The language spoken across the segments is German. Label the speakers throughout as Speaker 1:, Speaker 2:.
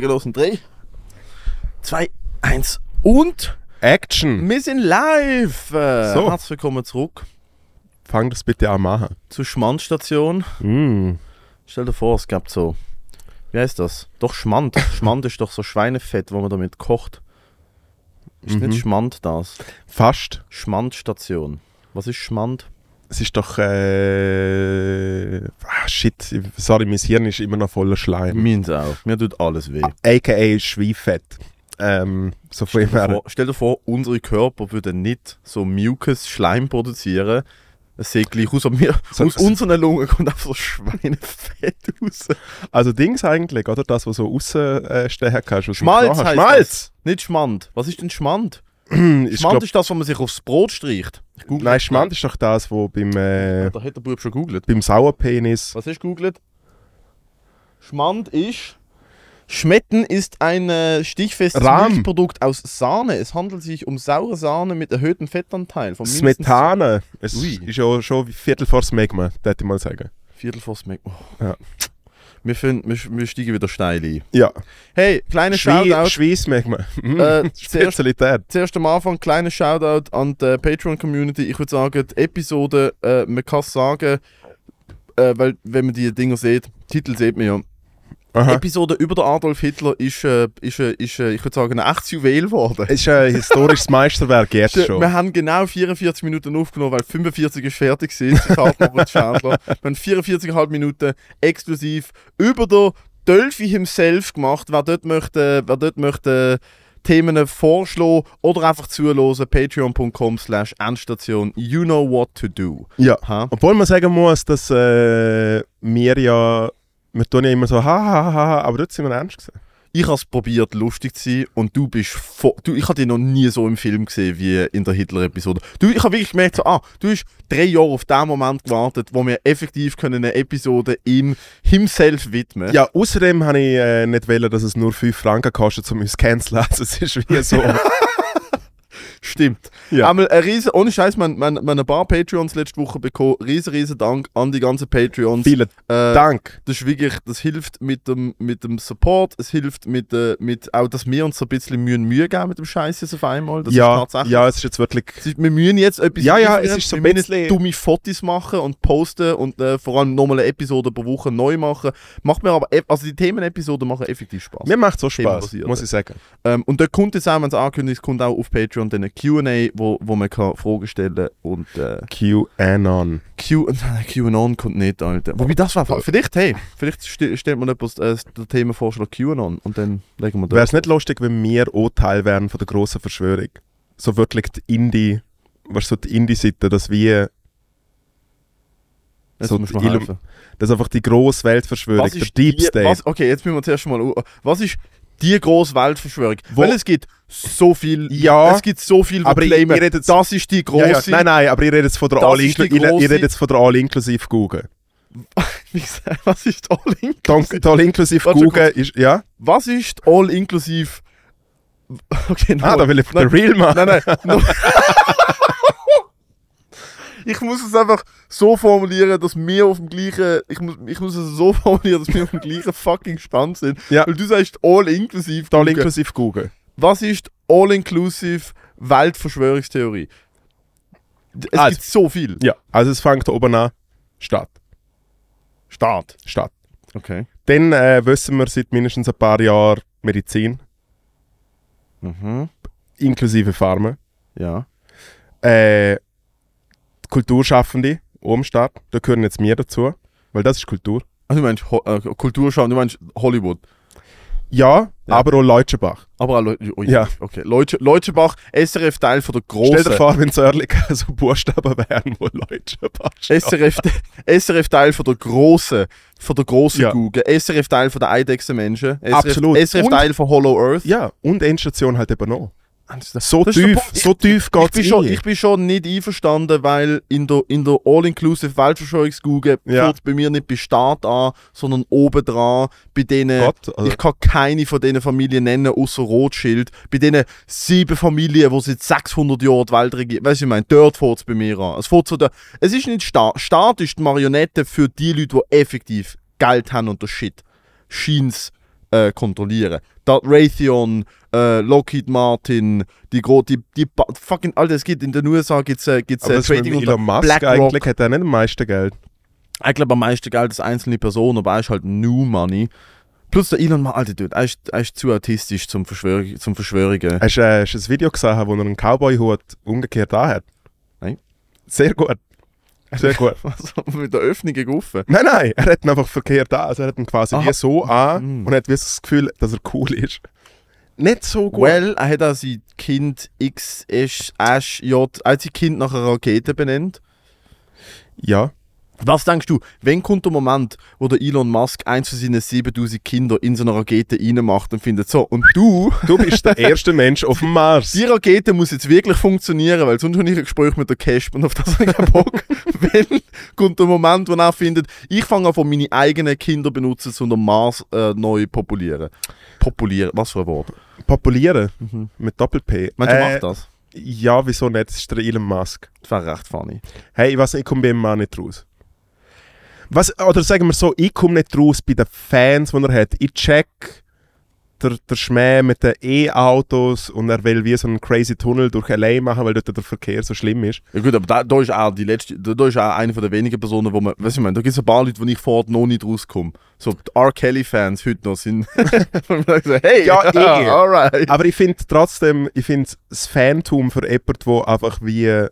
Speaker 1: großen Dreh. Zwei, eins und
Speaker 2: Action.
Speaker 1: wir sind live. Äh,
Speaker 2: So.
Speaker 1: Herzlich willkommen zurück
Speaker 2: Fang das bitte an machen.
Speaker 1: zur Schmandstation.
Speaker 2: Mm.
Speaker 1: Stell dir vor, es gab so, wie heißt das? Doch Schmand. Schmand ist doch so Schweinefett, wo man damit kocht. Ist nicht Schmand das?
Speaker 2: Fast.
Speaker 1: Schmandstation. Was ist Schmand?
Speaker 2: Es ist doch. Äh, ah, shit. Sorry, mein Hirn ist immer noch voller Schleim.
Speaker 1: Meins auch. Mir tut alles weh.
Speaker 2: AKA Schweifett. Ähm, so von ihm
Speaker 1: Stell dir
Speaker 2: her.
Speaker 1: vor, stell dir vor, unsere Körper würden nicht so mucus Schleim produzieren. Es sieht gleich aus, aber mir,
Speaker 2: So-
Speaker 1: aus unseren Lungen kommt einfach so Schweinefett raus.
Speaker 2: Also Dings eigentlich, oder? Das, was so außen äh, stehen kannst. was du
Speaker 1: Schmalz heißt
Speaker 2: genommen hast. Schmalz! Hm,
Speaker 1: Das. Nicht Schmand. Was ist denn Schmand?
Speaker 2: Ich
Speaker 1: Schmand
Speaker 2: glaub,
Speaker 1: ist das, was man sich aufs Brot streicht. Ich google
Speaker 2: nein,
Speaker 1: das
Speaker 2: Schmand ist doch das, wo beim,
Speaker 1: mal.
Speaker 2: äh,
Speaker 1: Da hat der Bub schon googelt.
Speaker 2: beim Sauerpenis.
Speaker 1: Was hast du googelt? Schmand ist. Schmetten ist ein äh, stichfestes
Speaker 2: Rahm.
Speaker 1: Milchprodukt aus Sahne. Es handelt sich um saure Sahne mit erhöhtem Fettanteil von
Speaker 2: Das
Speaker 1: mindestens
Speaker 2: Metane. Es
Speaker 1: Ui.
Speaker 2: ist ja schon wie Viertel vor das Magma, würde ich mal sagen.
Speaker 1: Viertel vor Smack. Oh.
Speaker 2: Ja.
Speaker 1: Wir, finden, wir, wir steigen wieder steil ein.
Speaker 2: Ja.
Speaker 1: Hey, kleine
Speaker 2: Schwe-
Speaker 1: Shoutout.
Speaker 2: Schweiss-Magma. Mm.
Speaker 1: Äh, zuerst,
Speaker 2: Spezialität.
Speaker 1: zuerst am Anfang, kleine Shoutout an die äh, Patreon-Community. Ich würde sagen, die Episode, äh, man kann es sagen, äh, weil wenn man die Dinger sieht, Titel sieht man ja.
Speaker 2: Aha.
Speaker 1: Episode über den Adolf Hitler ist, äh, ist, äh, ist äh, ich würde sagen, ein echtes Juwel geworden.
Speaker 2: Es ist ein historisches Meisterwerk jetzt schon.
Speaker 1: Wir haben genau 44 Minuten aufgenommen, weil 45 ist halt fertig gewesen, Zitat Moritz Schändler. Wir haben 44,5 Minuten exklusiv über den Dolphy himself gemacht. Wer dort möchte, wer dort möchte Themen vorschlagen oder einfach zuhören, patreon.com slash endstation, you know what to do.
Speaker 2: Ja.
Speaker 1: Ha?
Speaker 2: Obwohl man sagen muss, dass äh, wir ja, wir tun ja immer so ha ha ha, ha, aber dort sind wir ernst gewesen.
Speaker 1: Ich habe es probiert, lustig zu sein und du bist vo- du, Ich habe dich noch nie so im Film gesehen wie in der Hitler-Episode. Du, ich habe wirklich gemerkt, so, ah, du hast drei Jahre auf den Moment gewartet, wo wir effektiv können eine Episode ihm himself widmen
Speaker 2: Ja, außerdem habe ich äh, nicht wählen, dass es nur 5 Franken kostet, um uns zu canceln. Also es ist wie so.
Speaker 1: Stimmt.
Speaker 2: Ja.
Speaker 1: Einmal ein riesen, ohne Scheiß, man, man, man ein paar Patreons letzte Woche bekommen. Riesen, riesen Dank an die ganzen Patreons.
Speaker 2: Vielen
Speaker 1: Äh,
Speaker 2: Dank.
Speaker 1: das ist wirklich, das hilft mit dem, mit dem Support, es hilft mit, äh, mit auch, dass wir uns so ein bisschen Mühe, Mühe geben mit dem Scheiß jetzt auf einmal. Das ist
Speaker 2: ja,
Speaker 1: tatsächlich
Speaker 2: ja, es ist jetzt wirklich.
Speaker 1: Es ist- Wir müssen jetzt etwas
Speaker 2: Ja, ja,
Speaker 1: liefern.
Speaker 2: es ist so
Speaker 1: wir
Speaker 2: ein
Speaker 1: müssen
Speaker 2: bisschen-
Speaker 1: jetzt dumme Fotos machen und posten und äh, vor allem nochmal eine Episode pro Woche neu machen. Macht mir aber, eff- also die Themenepisoden machen effektiv Spaß.
Speaker 2: Mir macht so Spaß,
Speaker 1: Themenbasiert.
Speaker 2: muss ich sagen.
Speaker 1: Ähm, und dort kommt jetzt auch, wenn es ankündigt, kommt auch auf Patreon dann ein Q&A, wo, wo man kann Fragen stellen und äh,
Speaker 2: QAnon.
Speaker 1: Q- nein, QAnon kommt nicht, Alter. Wobei das war, vielleicht, hey, vielleicht st stellt man etwas, äh, den Themenvorschlag QAnon und dann legen wir
Speaker 2: Wäre
Speaker 1: das.
Speaker 2: es nicht lustig, wenn wir auch Teil wären von der grossen Verschwörung? So wirklich die Indie, weißt du, so die Indie-Seite, dass wir,
Speaker 1: Jetzt
Speaker 2: so
Speaker 1: musst du mir
Speaker 2: die Illum-
Speaker 1: helfen.
Speaker 2: dass einfach die grosse Weltverschwörung, der Deep
Speaker 1: die,
Speaker 2: State.
Speaker 1: Was, okay, jetzt müssen wir zuerst mal. u- Was ist die grosse Weltverschwörung?
Speaker 2: Wo-
Speaker 1: Weil es gibt so viel.
Speaker 2: Ja.
Speaker 1: Es gibt so viel, die
Speaker 2: Aber ich-
Speaker 1: claimen,
Speaker 2: ich rede jetzt-
Speaker 1: das ist die
Speaker 2: Ja,
Speaker 1: grosse.
Speaker 2: ja. Nein, nein, aber ich rede jetzt von der
Speaker 1: Das
Speaker 2: All,
Speaker 1: ist die
Speaker 2: inklu ich re- ich
Speaker 1: grosse-
Speaker 2: rede jetzt von der All inklusive Google.
Speaker 1: Wie gesagt, Was ist die All-In?
Speaker 2: Die All- die All inklusive
Speaker 1: Warte,
Speaker 2: Google ist, ja?
Speaker 1: Was ist die All-Inklusive? Okay,
Speaker 2: Ah,
Speaker 1: nochmal.
Speaker 2: da will ich
Speaker 1: nein,
Speaker 2: den Real machen.
Speaker 1: nein, nein. no- Ich muss es einfach so formulieren, dass wir auf dem gleichen. Ich muss, ich muss es so formulieren, dass wir auf dem gleichen fucking Stand sind.
Speaker 2: Ja.
Speaker 1: Weil du sagst All-Inklusive.
Speaker 2: Die All inklusive Google.
Speaker 1: Was ist All-Inclusive Weltverschwörungstheorie? D- Es
Speaker 2: Also.
Speaker 1: gibt so viel.
Speaker 2: Ja. Also es fängt oben an. Stadt.
Speaker 1: Staat.
Speaker 2: Stadt.
Speaker 1: Okay.
Speaker 2: Dann äh, wissen wir seit mindestens ein paar Jahren Medizin,
Speaker 1: Mhm.
Speaker 2: inklusive Pharma.
Speaker 1: Ja.
Speaker 2: Äh, Kulturschaffende oben Stadt, da gehören jetzt wir dazu, weil das ist Kultur.
Speaker 1: Also du meinst Ho äh, Kulturschau, du meinst Hollywood.
Speaker 2: Ja,
Speaker 1: Ja.
Speaker 2: aber auch Leutschenbach.
Speaker 1: Aber auch Leute. Oh,
Speaker 2: Ja.
Speaker 1: Okay. Leute, Leutschenbach, SRF-Teil von der
Speaker 2: Stell dir
Speaker 1: großen.
Speaker 2: vor, wenn Sörlingen so Buchstaben wären, wo Leutschenbach steht.
Speaker 1: SRF, SRF-Teil von der großen, von der großen
Speaker 2: Ja.
Speaker 1: Google, SRF-Teil von der Eidechsenmenschen, SRF,
Speaker 2: Absolut.
Speaker 1: SRF-Teil von Hollow Earth.
Speaker 2: Ja, und Endstation halt eben auch. So
Speaker 1: Das ist der
Speaker 2: tief,
Speaker 1: Punkt.
Speaker 2: so tief
Speaker 1: ich
Speaker 2: geht
Speaker 1: bin,
Speaker 2: es
Speaker 1: schon, ich bin schon nicht einverstanden, weil in der, in der All-Inclusive Weltverschwörungsgugel
Speaker 2: Ja.
Speaker 1: fängt bei mir nicht bei Staat an, sondern obendran bei denen.
Speaker 2: Gott, also-
Speaker 1: Ich kann keine von diesen Familien nennen, außer Rothschild. Bei diesen sieben Familien, die seit 600 Jahren die Welt regieren. Weißt du, ich meine, dort fängt es bei mir an. Es, fängt's von der, es ist nicht Staat. Staat ist die Marionette für die Leute, die effektiv Geld haben und der Shit. Scheins äh, kontrollieren. Da Raytheon, äh, Lockheed Martin, die große, die, die ba- fucking, Alter, es gibt in den USA gibt's, äh, gibt's,
Speaker 2: Aber
Speaker 1: äh,
Speaker 2: das ist mit
Speaker 1: Trading
Speaker 2: dem
Speaker 1: unter
Speaker 2: Elon Musk
Speaker 1: BlackRock.
Speaker 2: eigentlich hat er nicht am meisten Geld.
Speaker 1: Ich glaube, am meisten Geld ist einzelne Person, aber er ist halt New Money. Plus der Elon Musk, Alter, Dude, er ist, er ist zu autistisch zum, Verschwör zum Verschwörigen.
Speaker 2: Hast du äh, hast du ein Video gesehen, wo er einen Cowboy-Hut umgekehrt anhat?
Speaker 1: Nein.
Speaker 2: Sehr gut. Sehr gut.
Speaker 1: Was haben wir mit der Öffnung gerufen?
Speaker 2: Nein, nein, er hat ihn einfach verkehrt an. Also er hat ihn quasi
Speaker 1: Aha.
Speaker 2: wie so an
Speaker 1: Mhm.
Speaker 2: und hat wie so das Gefühl, dass er cool ist. Nicht so gut.
Speaker 1: Well, er hat auch sein Kind X, Ash, Ash, J, er hat sein Kind nach einer Rakete benannt.
Speaker 2: Ja.
Speaker 1: Was denkst du, wann kommt der Moment, wo der Elon Musk eins von seinen 7000 Kindern in so eine Rakete reinmacht und findet so, und du,
Speaker 2: Du bist der erste Mensch auf dem Mars.
Speaker 1: die Rakete muss jetzt wirklich funktionieren, weil sonst habe ich ein Gespräch mit der Cashman, auf das habe ich keinen Bock. Wenn kommt der Moment, wo er findet, ich fange an, von meine eigenen Kinder benutzen, um den Mars äh, neu populieren. Populieren, was für ein Wort.
Speaker 2: Populieren.
Speaker 1: Mhm.
Speaker 2: Mit Doppel-P.
Speaker 1: Meinst du,
Speaker 2: Äh,
Speaker 1: er macht das?
Speaker 2: Ja, wieso nicht? Das ist der Elon Musk.
Speaker 1: Das wäre recht funny.
Speaker 2: Hey, ich weiß nicht, ich komme bei ihm auch nicht raus. Was, oder sagen wir so, ich komme nicht raus bei den Fans, die er hat. Ich check der, der Schmäh mit den E-Autos und er will wie so einen crazy Tunnel durch LA machen, weil dort der Verkehr so schlimm ist.
Speaker 1: Ja gut, aber da, da ist auch die letzte, da, da ist auch eine von der wenigen Personen, wo man, weißt du, ich meine, da gibt es ein paar Leute, wo ich vor Ort noch nicht rauskomme. So die R. Kelly-Fans heute noch sind. und ich so, hey,
Speaker 2: Ja, eh.
Speaker 1: alright.
Speaker 2: Aber ich finde trotzdem, ich finde das Fantum für jemanden, der einfach wie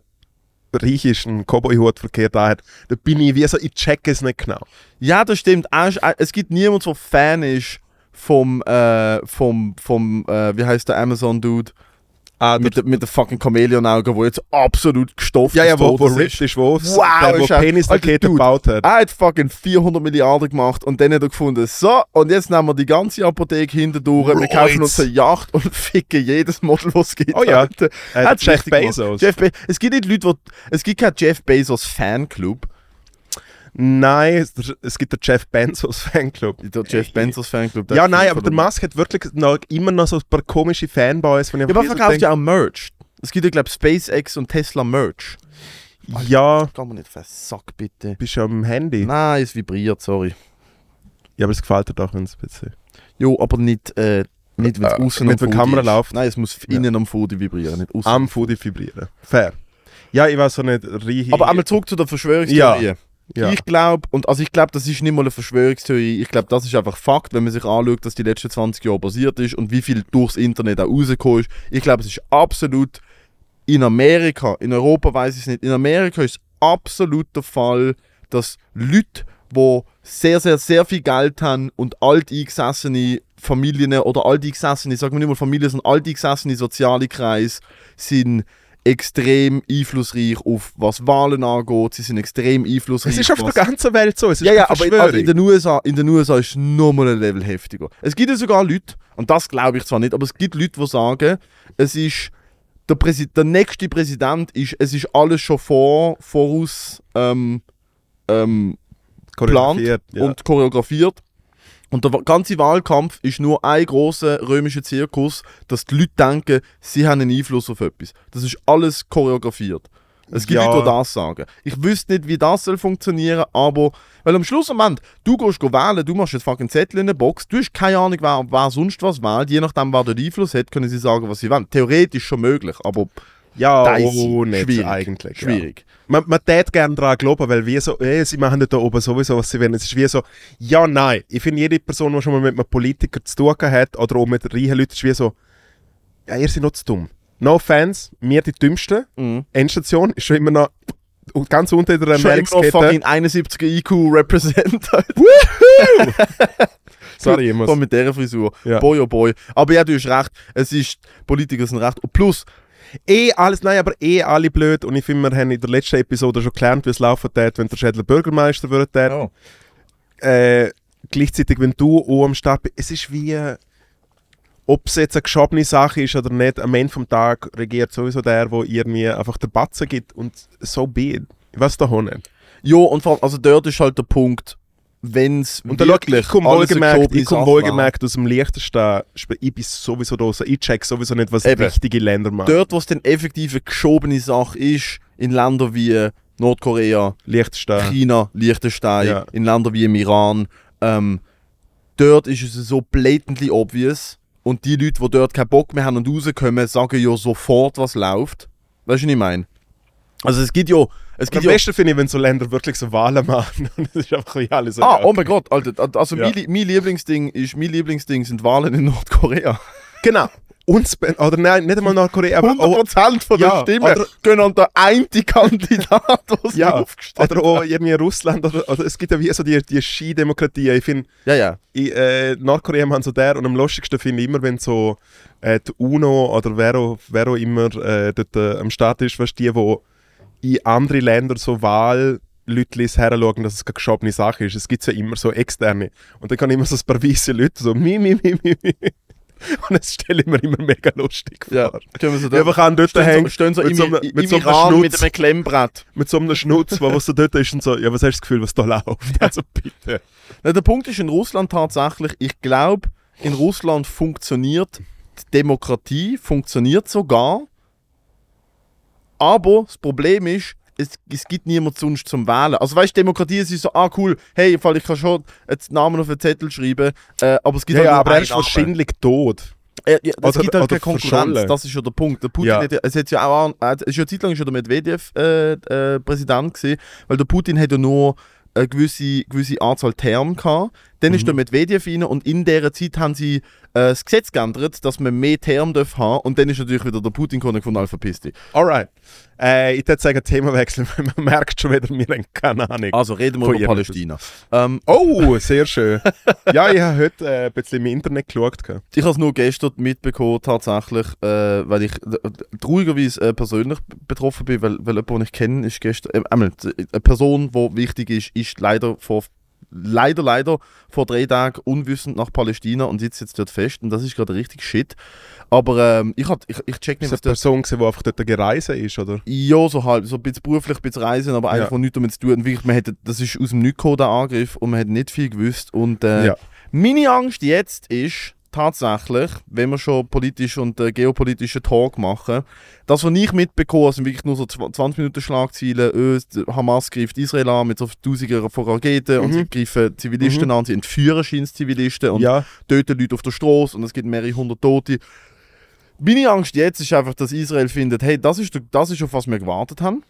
Speaker 2: reich ist, einen Cowboy-Hut verkehrt hat, da bin ich wie so, ich check es nicht genau.
Speaker 1: Ja, das stimmt. Er ist- er- Es gibt niemanden, der Fan ist vom, äh, vom, vom äh, wie heißt der Amazon-Dude?
Speaker 2: Ah,
Speaker 1: Mit, der- mit den fucking Chameleon-Augen, wo jetzt absolut gestofft
Speaker 2: ja, ja,
Speaker 1: und
Speaker 2: wo,
Speaker 1: tot
Speaker 2: wo
Speaker 1: ist.
Speaker 2: Ripped ist, wo,
Speaker 1: Wow,
Speaker 2: der, wo
Speaker 1: ist er- Alter,
Speaker 2: Penisraketen
Speaker 1: Dude.
Speaker 2: gebaut hat.
Speaker 1: Er hat fucking 400 Milliarden gemacht und dann hat er gefunden, so, und jetzt nehmen wir die ganze Apotheke hinten durch, wir
Speaker 2: Right.
Speaker 1: kaufen uns eine Yacht und ficken jedes Model, was es gibt.
Speaker 2: Oh ja.
Speaker 1: Alter.
Speaker 2: Äh,
Speaker 1: Hat's
Speaker 2: Jeff
Speaker 1: richtig gemacht.
Speaker 2: Bezos.
Speaker 1: Jeff Be es gibt nicht Leute, die, es gibt keinen Jeff Bezos Fanclub.
Speaker 2: Nein, es- der- es gibt den Jeff Benzos Fanclub.
Speaker 1: Der Jeff Bezos Fanclub.
Speaker 2: ja, nein, aber der Musk hat wirklich noch, immer noch so ein paar komische Fanboys, von
Speaker 1: Ja, aber er verkauft ja auch Merch. Es gibt ja, glaube ich, SpaceX und Tesla Merch.
Speaker 2: ja,
Speaker 1: Kann man nicht versack, bitte.
Speaker 2: bist ja am Handy.
Speaker 1: Nein, es vibriert, sorry.
Speaker 2: Ja, aber es gefällt dir doch, wenn es ein bisschen.
Speaker 1: Jo, aber nicht, äh, nicht wenn es
Speaker 2: Äh,
Speaker 1: außen
Speaker 2: nicht, wenn die Kamera läuft.
Speaker 1: Nein, es muss innen am Foto vibrieren, nicht außen.
Speaker 2: Am Foodie vibrieren. Fair. Ja, ich weiß so nicht, Rihi.
Speaker 1: Aber einmal zurück zu der Verschwörungstheorie.
Speaker 2: ja.
Speaker 1: Ich glaube, und also ich glaube, das ist nicht mal eine Verschwörungstheorie. Ich glaube, das ist einfach Fakt, wenn man sich anschaut, dass die letzten 20 Jahre passiert ist und wie viel durchs Internet auch rausgekommen ist. Ich glaube, es ist absolut in Amerika, in Europa weiß ich es nicht, in Amerika ist absolut der Fall, dass Leute, die sehr, sehr, sehr viel Geld haben und alteingesessene Familien oder alteingesessene, sagen wir nicht mal Familien, sondern alteingesessene soziale Kreise sind extrem einflussreich auf was Wahlen angeht, sie sind extrem einflussreich.
Speaker 2: es ist auf der
Speaker 1: was-
Speaker 2: ganzen Welt so. Es ist
Speaker 1: ja, ja,
Speaker 2: keine
Speaker 1: aber in,
Speaker 2: Verschwörung.
Speaker 1: also in, den USA, in den USA ist es nochmal ein Level heftiger. Es gibt ja sogar Leute, und das glaube ich zwar nicht, aber es gibt Leute, die sagen, es ist der, Präsi der nächste Präsident ist, es ist alles schon vor, voraus ähm, ähm, geplant
Speaker 2: Choreografiert, ja.
Speaker 1: und choreografiert. Und der wa- ganze Wahlkampf ist nur ein großer römischer Zirkus, dass die Leute denken, sie haben einen Einfluss auf etwas. Das ist alles choreografiert. Es gibt
Speaker 2: Ja.
Speaker 1: Leute, die das sagen. Ich wüsste nicht, wie das soll funktionieren, aber weil am Schluss am Ende, du gehst go wählen, du machst jetzt fucking Zettel in eine Box, du hast keine Ahnung, wer, wer sonst was wählt. Je nachdem, wer dort Einfluss hat, können sie sagen, was sie wollen. Theoretisch schon möglich, aber
Speaker 2: ja,
Speaker 1: dicey,
Speaker 2: oh, nicht
Speaker 1: schwierig.
Speaker 2: eigentlich. Ja.
Speaker 1: schwierig.
Speaker 2: Man, man tät gern daran glauben, weil wir so, äh, sie machen da oben sowieso, was sie wollen. Es ist wie so, ja, nein. Ich finde, jede Person, die schon mal mit einem Politiker zu tun gehabt hat oder auch mit reichen Leuten, ist wie so, ja, ihr seid noch zu dumm. No offense, wir die Dümmsten. Endstation ist schon immer noch ganz unter in der
Speaker 1: Mhm. Schon immer noch
Speaker 2: Ernährungskette.
Speaker 1: fucking 71er IQ represent.
Speaker 2: Sorry, ich
Speaker 1: Vor
Speaker 2: muss.
Speaker 1: mit dieser Frisur.
Speaker 2: Ja.
Speaker 1: Boy, oh boy. Aber ja, du hast recht. Es ist, Politiker sind recht. Und plus,
Speaker 2: Eh alles, nein, aber eh alle blöd. Und ich finde, wir haben in der letzten Episode schon gelernt, wie es laufen tät, wenn der Schädler Bürgermeister würde. tät. äh, gleichzeitig, wenn du auch am Start bist, es ist wie, ob es jetzt eine geschobene Sache ist oder nicht, am Ende vom Tag regiert sowieso der, der irgendwie einfach der Batzen gibt und so be it. Ich weiß doch auch nicht.
Speaker 1: ja, und vor allem, also dort ist halt der Punkt, wenn es
Speaker 2: Und dann schau, ich komme wohlgemerkt, ich komme
Speaker 1: wohlgemerkt.
Speaker 2: wohlgemerkt aus dem leichtesten, Sp- ich bin sowieso da, so- ich check sowieso nicht, was
Speaker 1: Eben.
Speaker 2: wichtige Länder machen.
Speaker 1: Dort, wo es dann effektiv eine geschobene Sache ist, in Ländern wie Nordkorea,
Speaker 2: Liechtenstein.
Speaker 1: China, Liechtenstein,
Speaker 2: Ja.
Speaker 1: in Ländern wie im Iran, ähm, dort ist es so blatantly obvious. Und die Leute, die dort keinen Bock mehr haben und rauskommen, sagen ja sofort, was läuft. Weißt du, was ich meine? Also es gibt ja... Es
Speaker 2: Am
Speaker 1: gibt ja
Speaker 2: besten finde ich, wenn so Länder wirklich so Wahlen machen und es ist einfach wie alles so.
Speaker 1: ah, oh mein Gott, Alter, also
Speaker 2: Ja.
Speaker 1: mein, Lie- mein Lieblingsding ist, mein Lieblingsding sind Wahlen in Nordkorea.
Speaker 2: Genau. Und Spen oder nein, nicht einmal Nordkorea, aber auch,
Speaker 1: 100% von den
Speaker 2: ja,
Speaker 1: Stimmen
Speaker 2: oder-
Speaker 1: gehen an den einen Kandidat, der sie
Speaker 2: ja,
Speaker 1: aufgestellt
Speaker 2: oder auch irgendwie Russland oder, oder es gibt ja wie so die, die Skidemokratie. Ich finde,
Speaker 1: Ja, ja.
Speaker 2: in äh, Nordkorea haben so der und am lustigsten finde ich immer, wenn so äh, die UNO oder wer auch, wer auch immer äh, dort äh, am Start ist, weißt du, die, wo in andere Länder so Wahl Leute heranschauen, dass es keine geschobene Sache ist. Es gibt ja immer so externe. Und dann kann immer so ein paar weisse Leute so mi, mi, mi, mi, mi. Und das stelle ich mir immer mega lustig vor.
Speaker 1: ja. Können wir so
Speaker 2: Die einfach an dort
Speaker 1: stehen,
Speaker 2: hängen,
Speaker 1: so, stehen so
Speaker 2: mit
Speaker 1: im,
Speaker 2: so einem-
Speaker 1: im
Speaker 2: mit so einem
Speaker 1: Iran mit
Speaker 2: Schnutz.
Speaker 1: einem Klemmbrett.
Speaker 2: mit so einem Schnutz, wo was so dort ist und so, ja, was hast du das Gefühl, was da läuft? Also bitte.
Speaker 1: Na, der Punkt ist in Russland tatsächlich, ich glaube, in Russland funktioniert die Demokratie, funktioniert sogar. Aber das Problem ist, es, es gibt niemand sonst zum Wählen. Also weißt du, Demokratie es ist so, ah cool, hey, im Fall ich kann schon jetzt Namen auf einen Zettel schreiben, äh, aber es gibt
Speaker 2: Ja,
Speaker 1: halt
Speaker 2: ja,
Speaker 1: nur
Speaker 2: aber er
Speaker 1: einen
Speaker 2: ist
Speaker 1: Namen.
Speaker 2: wahrscheinlich tot.
Speaker 1: Äh, ja, es
Speaker 2: Oder-
Speaker 1: gibt halt
Speaker 2: oder
Speaker 1: keine Konkurrenz,
Speaker 2: verschollen.
Speaker 1: das ist ja der Punkt. Der Putin
Speaker 2: Ja.
Speaker 1: hat ja, es hat ja auch, an- äh, es ist ja eine Zeit lang schon der Medvedev äh, äh, Präsident gewesen, weil der Putin hat ja nur eine gewisse, gewisse Anzahl Term gehabt. Dann
Speaker 2: Mhm.
Speaker 1: ist der Medvedev rein und in dieser Zeit haben sie äh, das Gesetz geändert, dass man mehr Term darf haben und dann ist natürlich wieder der Putin gekommen und von Alpha Pisti.
Speaker 2: Alright. Äh, ich würde sagen, Themawechsel, weil man merkt schon wieder, wir haben keine Ahnung.
Speaker 1: Also reden wir
Speaker 2: Von
Speaker 1: über
Speaker 2: jedem
Speaker 1: Palästina. Ähm,
Speaker 2: Oh, sehr schön. ja, ich habe heute äh, ein bisschen im Internet geschaut. gehabt.
Speaker 1: Ich habe es nur gestern mitbekommen, tatsächlich, äh, weil ich d- d- traurigerweise äh, persönlich b- betroffen bin, weil, weil jemand, den ich kenne, ist gestern. Äh, einmal, d- eine Person, die wichtig ist, ist leider vor. Leider, leider vor drei Tagen unwissend nach Palästina und sitzt jetzt dort fest. Und das ist gerade richtig shit. Aber ähm, ich, hat, ich, ich check nicht, was
Speaker 2: Ist das eine
Speaker 1: das.
Speaker 2: Person, gewesen, die einfach dort gereist ist, oder?
Speaker 1: Ja, so halb. So ein bisschen beruflich, ein bisschen reisen, aber eigentlich,
Speaker 2: Ja.
Speaker 1: wo nichts damit zu tun. Und wirklich, man hätte, das ist aus dem Nichts gekommen, der Angriff, und man hat nicht viel gewusst. Und äh,
Speaker 2: Ja.
Speaker 1: meine Angst jetzt ist tatsächlich, wenn wir schon politisch und äh, geopolitischen Talk machen, das, was ich mitbekomme, sind wirklich nur so zw- 20 Minuten Schlagzeilen, Ö, Hamas greift Israel an mit so Tausenden von Raketen und
Speaker 2: Mhm.
Speaker 1: sie greifen Zivilisten an, sie entführen scheinbar Zivilisten und
Speaker 2: ja.
Speaker 1: töten Leute auf der Straße und es gibt mehrere hundert Tote. Meine Angst jetzt ist einfach, dass Israel findet, hey, das ist, das ist auf was wir gewartet haben.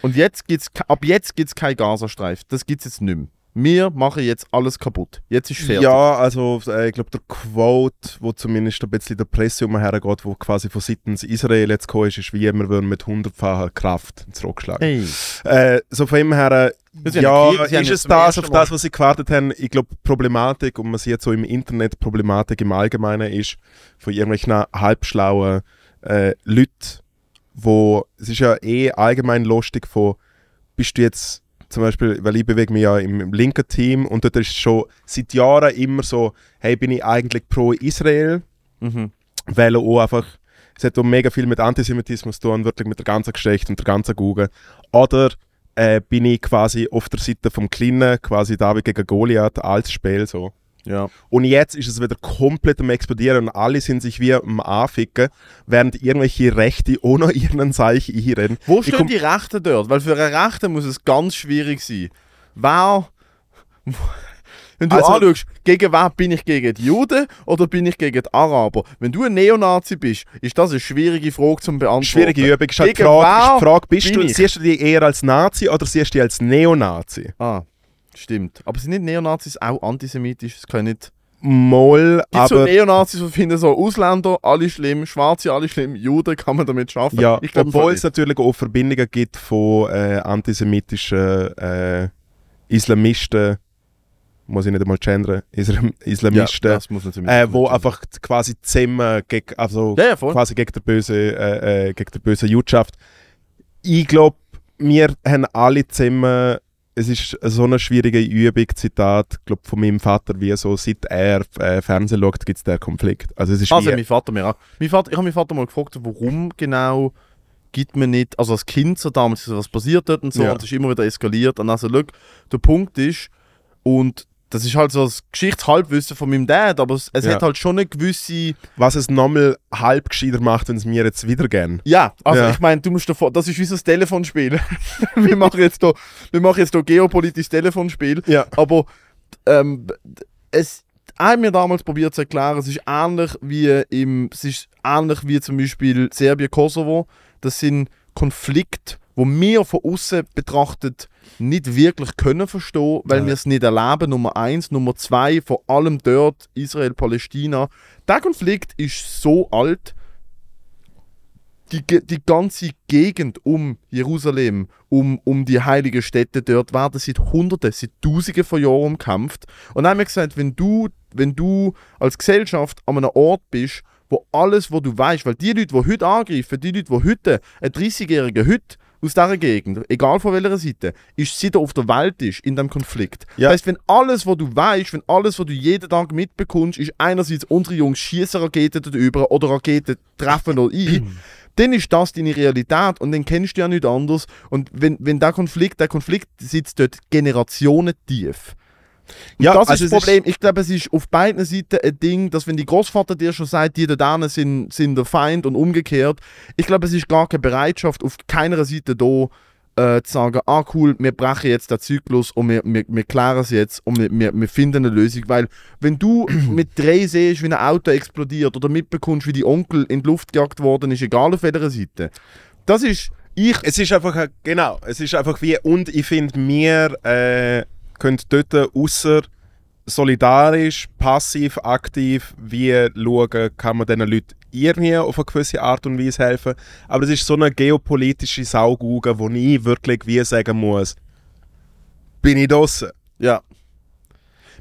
Speaker 1: Und jetzt gibt's, ke- ab jetzt gibt es keinen Gazastreif. Das gibt es jetzt nicht mehr. Wir machen jetzt alles kaputt. Jetzt ist fertig.
Speaker 2: Ja, also äh, ich glaube, der Quote, wo zumindest ein bisschen der Presse umhergeht, wo quasi von seitens Israel jetzt gekommen ist, ist wie wir würden mit hundertfacher Kraft zurückschlagen.
Speaker 1: Hey.
Speaker 2: Äh, so von dem her,
Speaker 1: Das ist
Speaker 2: äh,
Speaker 1: ja
Speaker 2: ja,
Speaker 1: ein Krieg, Sie haben
Speaker 2: ist
Speaker 1: ja
Speaker 2: es
Speaker 1: zum
Speaker 2: das,
Speaker 1: ersten
Speaker 2: auf
Speaker 1: Mal-
Speaker 2: das, was sie gewartet haben? Ich glaube, Problematik, und man sieht so im Internet, Problematik im Allgemeinen ist von irgendwelchen halbschlauen äh, Leuten, wo, es ist ja eh allgemein lustig von, bist du jetzt zum Beispiel, weil ich bewege mich ja im, im linken Team und dort ist schon seit Jahren immer so, hey, bin ich eigentlich pro Israel?
Speaker 1: Mhm.
Speaker 2: weil auch einfach, es hat auch mega viel mit Antisemitismus zu tun, wirklich mit der ganzen Geschichte und der ganzen Google. Oder äh, bin ich quasi auf der Seite vom Kleinen, quasi David gegen Goliath, als Spiel so.
Speaker 1: Ja.
Speaker 2: Und jetzt ist es wieder komplett am Explodieren und alle sind sich wie am Anficken, während irgendwelche Rechte ohne ihren Seich ihren.
Speaker 1: Wo
Speaker 2: Ich
Speaker 1: stehen
Speaker 2: komm-
Speaker 1: die Rechten dort? Weil für eine Rechte muss es ganz schwierig sein. Wer. Wenn du
Speaker 2: Also-
Speaker 1: anschaust, gegen wen bin ich gegen die Juden oder bin ich gegen die Araber? Wenn du ein Neonazi bist, ist das eine schwierige Frage zum Beantworten.
Speaker 2: Schwierige Übung. Ist halt die
Speaker 1: Gegen
Speaker 2: Frage, ist die
Speaker 1: wen
Speaker 2: Frage bist
Speaker 1: bin
Speaker 2: du,
Speaker 1: ich?
Speaker 2: siehst du dich eher als Nazi oder siehst du dich als Neonazi?
Speaker 1: Ah, stimmt. Aber sind nicht Neonazis auch antisemitisch? Das können nicht.
Speaker 2: Moll,
Speaker 1: Gibt so
Speaker 2: aber.
Speaker 1: Neonazis, die finden so Ausländer alle schlimm, Schwarze alle schlimm, Juden kann man damit schaffen?
Speaker 2: Ja,
Speaker 1: ich glaube
Speaker 2: obwohl es natürlich auch Verbindungen gibt von äh, antisemitischen äh, Islamisten, muss ich nicht einmal gendern, Islam
Speaker 1: ja,
Speaker 2: Islamisten,
Speaker 1: das muss natürlich.
Speaker 2: äh, wo einfach quasi zusammen gegen, also
Speaker 1: ja, ja, voll.
Speaker 2: quasi gegen der böse, äh, äh, gegen der böse Judschaft. Ich glaube, wir haben alle zusammen, es ist so eine schwierige Übung, Zitat, glaube von meinem Vater, wie so, seit er äh, Fernsehen schaut, gibt es den Konflikt. Also es ist
Speaker 1: Also,
Speaker 2: wie-
Speaker 1: mein Vater mir auch. Mein Vater, ich habe meinen Vater mal gefragt, warum genau gibt man nicht, also als Kind so damals, so was passiert dort und so,
Speaker 2: Ja.
Speaker 1: und es ist immer wieder eskaliert. Und also, look, der Punkt ist, und das ist halt so das Geschichtshalbwissen von meinem Dad, aber es, es
Speaker 2: Ja.
Speaker 1: hat halt schon eine gewisse.
Speaker 2: was es nochmal halb gescheiter macht, wenn es mir jetzt wieder gehen.
Speaker 1: Ja, also
Speaker 2: Ja.
Speaker 1: ich meine, du musst davor, das ist wie so ein Telefonspiel. wir machen jetzt hier, wir machen jetzt hier geopolitisches Telefonspiel,
Speaker 2: Ja.
Speaker 1: aber ähm, es hat mir damals probiert zu erklären, es ist ähnlich wie im, es ist ähnlich wie zum Beispiel Serbien-Kosovo. Das sind Konflikte, wo wir von außen betrachtet nicht wirklich können verstehen, weil
Speaker 2: Ja.
Speaker 1: wir es nicht erleben. Nummer eins, Nummer zwei, vor allem dort Israel-Palästina. Der Konflikt ist so alt. Die, ge- die ganze Gegend um Jerusalem, um, um die heiligen Städte dort, werden seit Hunderten, seit Tausenden von Jahren umkämpft. Und dann haben wir gesagt, wenn du, wenn du als Gesellschaft an einem Ort bist, wo alles, was du weißt, weil die Leute, die heute angreifen, die Leute, die heute, ein 30-Jähriger heute aus dieser Gegend, egal von welcher Seite, ist, seit er auf der Welt ist, in dem Konflikt.
Speaker 2: Ja.
Speaker 1: Das heißt, wenn alles, was du weißt, wenn alles, was du jeden Tag mitbekommst, ist einerseits, unsere Jungs schießen Raketen dort über oder Raketen treffen noch ein, dann ist das deine Realität und dann kennst du ja nicht anders. Und wenn, wenn der Konflikt, der Konflikt sitzt dort Generationen tief. Und
Speaker 2: Ja,
Speaker 1: das
Speaker 2: also
Speaker 1: ist
Speaker 2: es
Speaker 1: das Problem. Ich glaube, es ist auf beiden Seiten ein Ding, dass wenn die Großvater dir schon sagt, die da drüben sind, sind der Feind und umgekehrt, ich glaube, es ist gar keine Bereitschaft auf keiner Seite da, äh, zu sagen, ah cool, wir brechen jetzt den Zyklus und wir, wir, wir klären es jetzt und wir, wir, wir finden eine Lösung. Weil wenn du mit drei siehst, wie ein Auto explodiert oder mitbekommst, wie die Onkel in die Luft gejagt worden ist, egal auf welcher Seite, das ist ich...
Speaker 2: Es ist einfach, ein- genau, es ist einfach wie, und ich finde, wir äh, können dort außer solidarisch, passiv, aktiv, wie schauen, kann man diesen Leuten irgendwie auf eine gewisse Art und Weise helfen. Aber es ist so eine geopolitische Sauguge, wo ich wirklich wie sagen muss, bin ich draussen.
Speaker 1: Ja.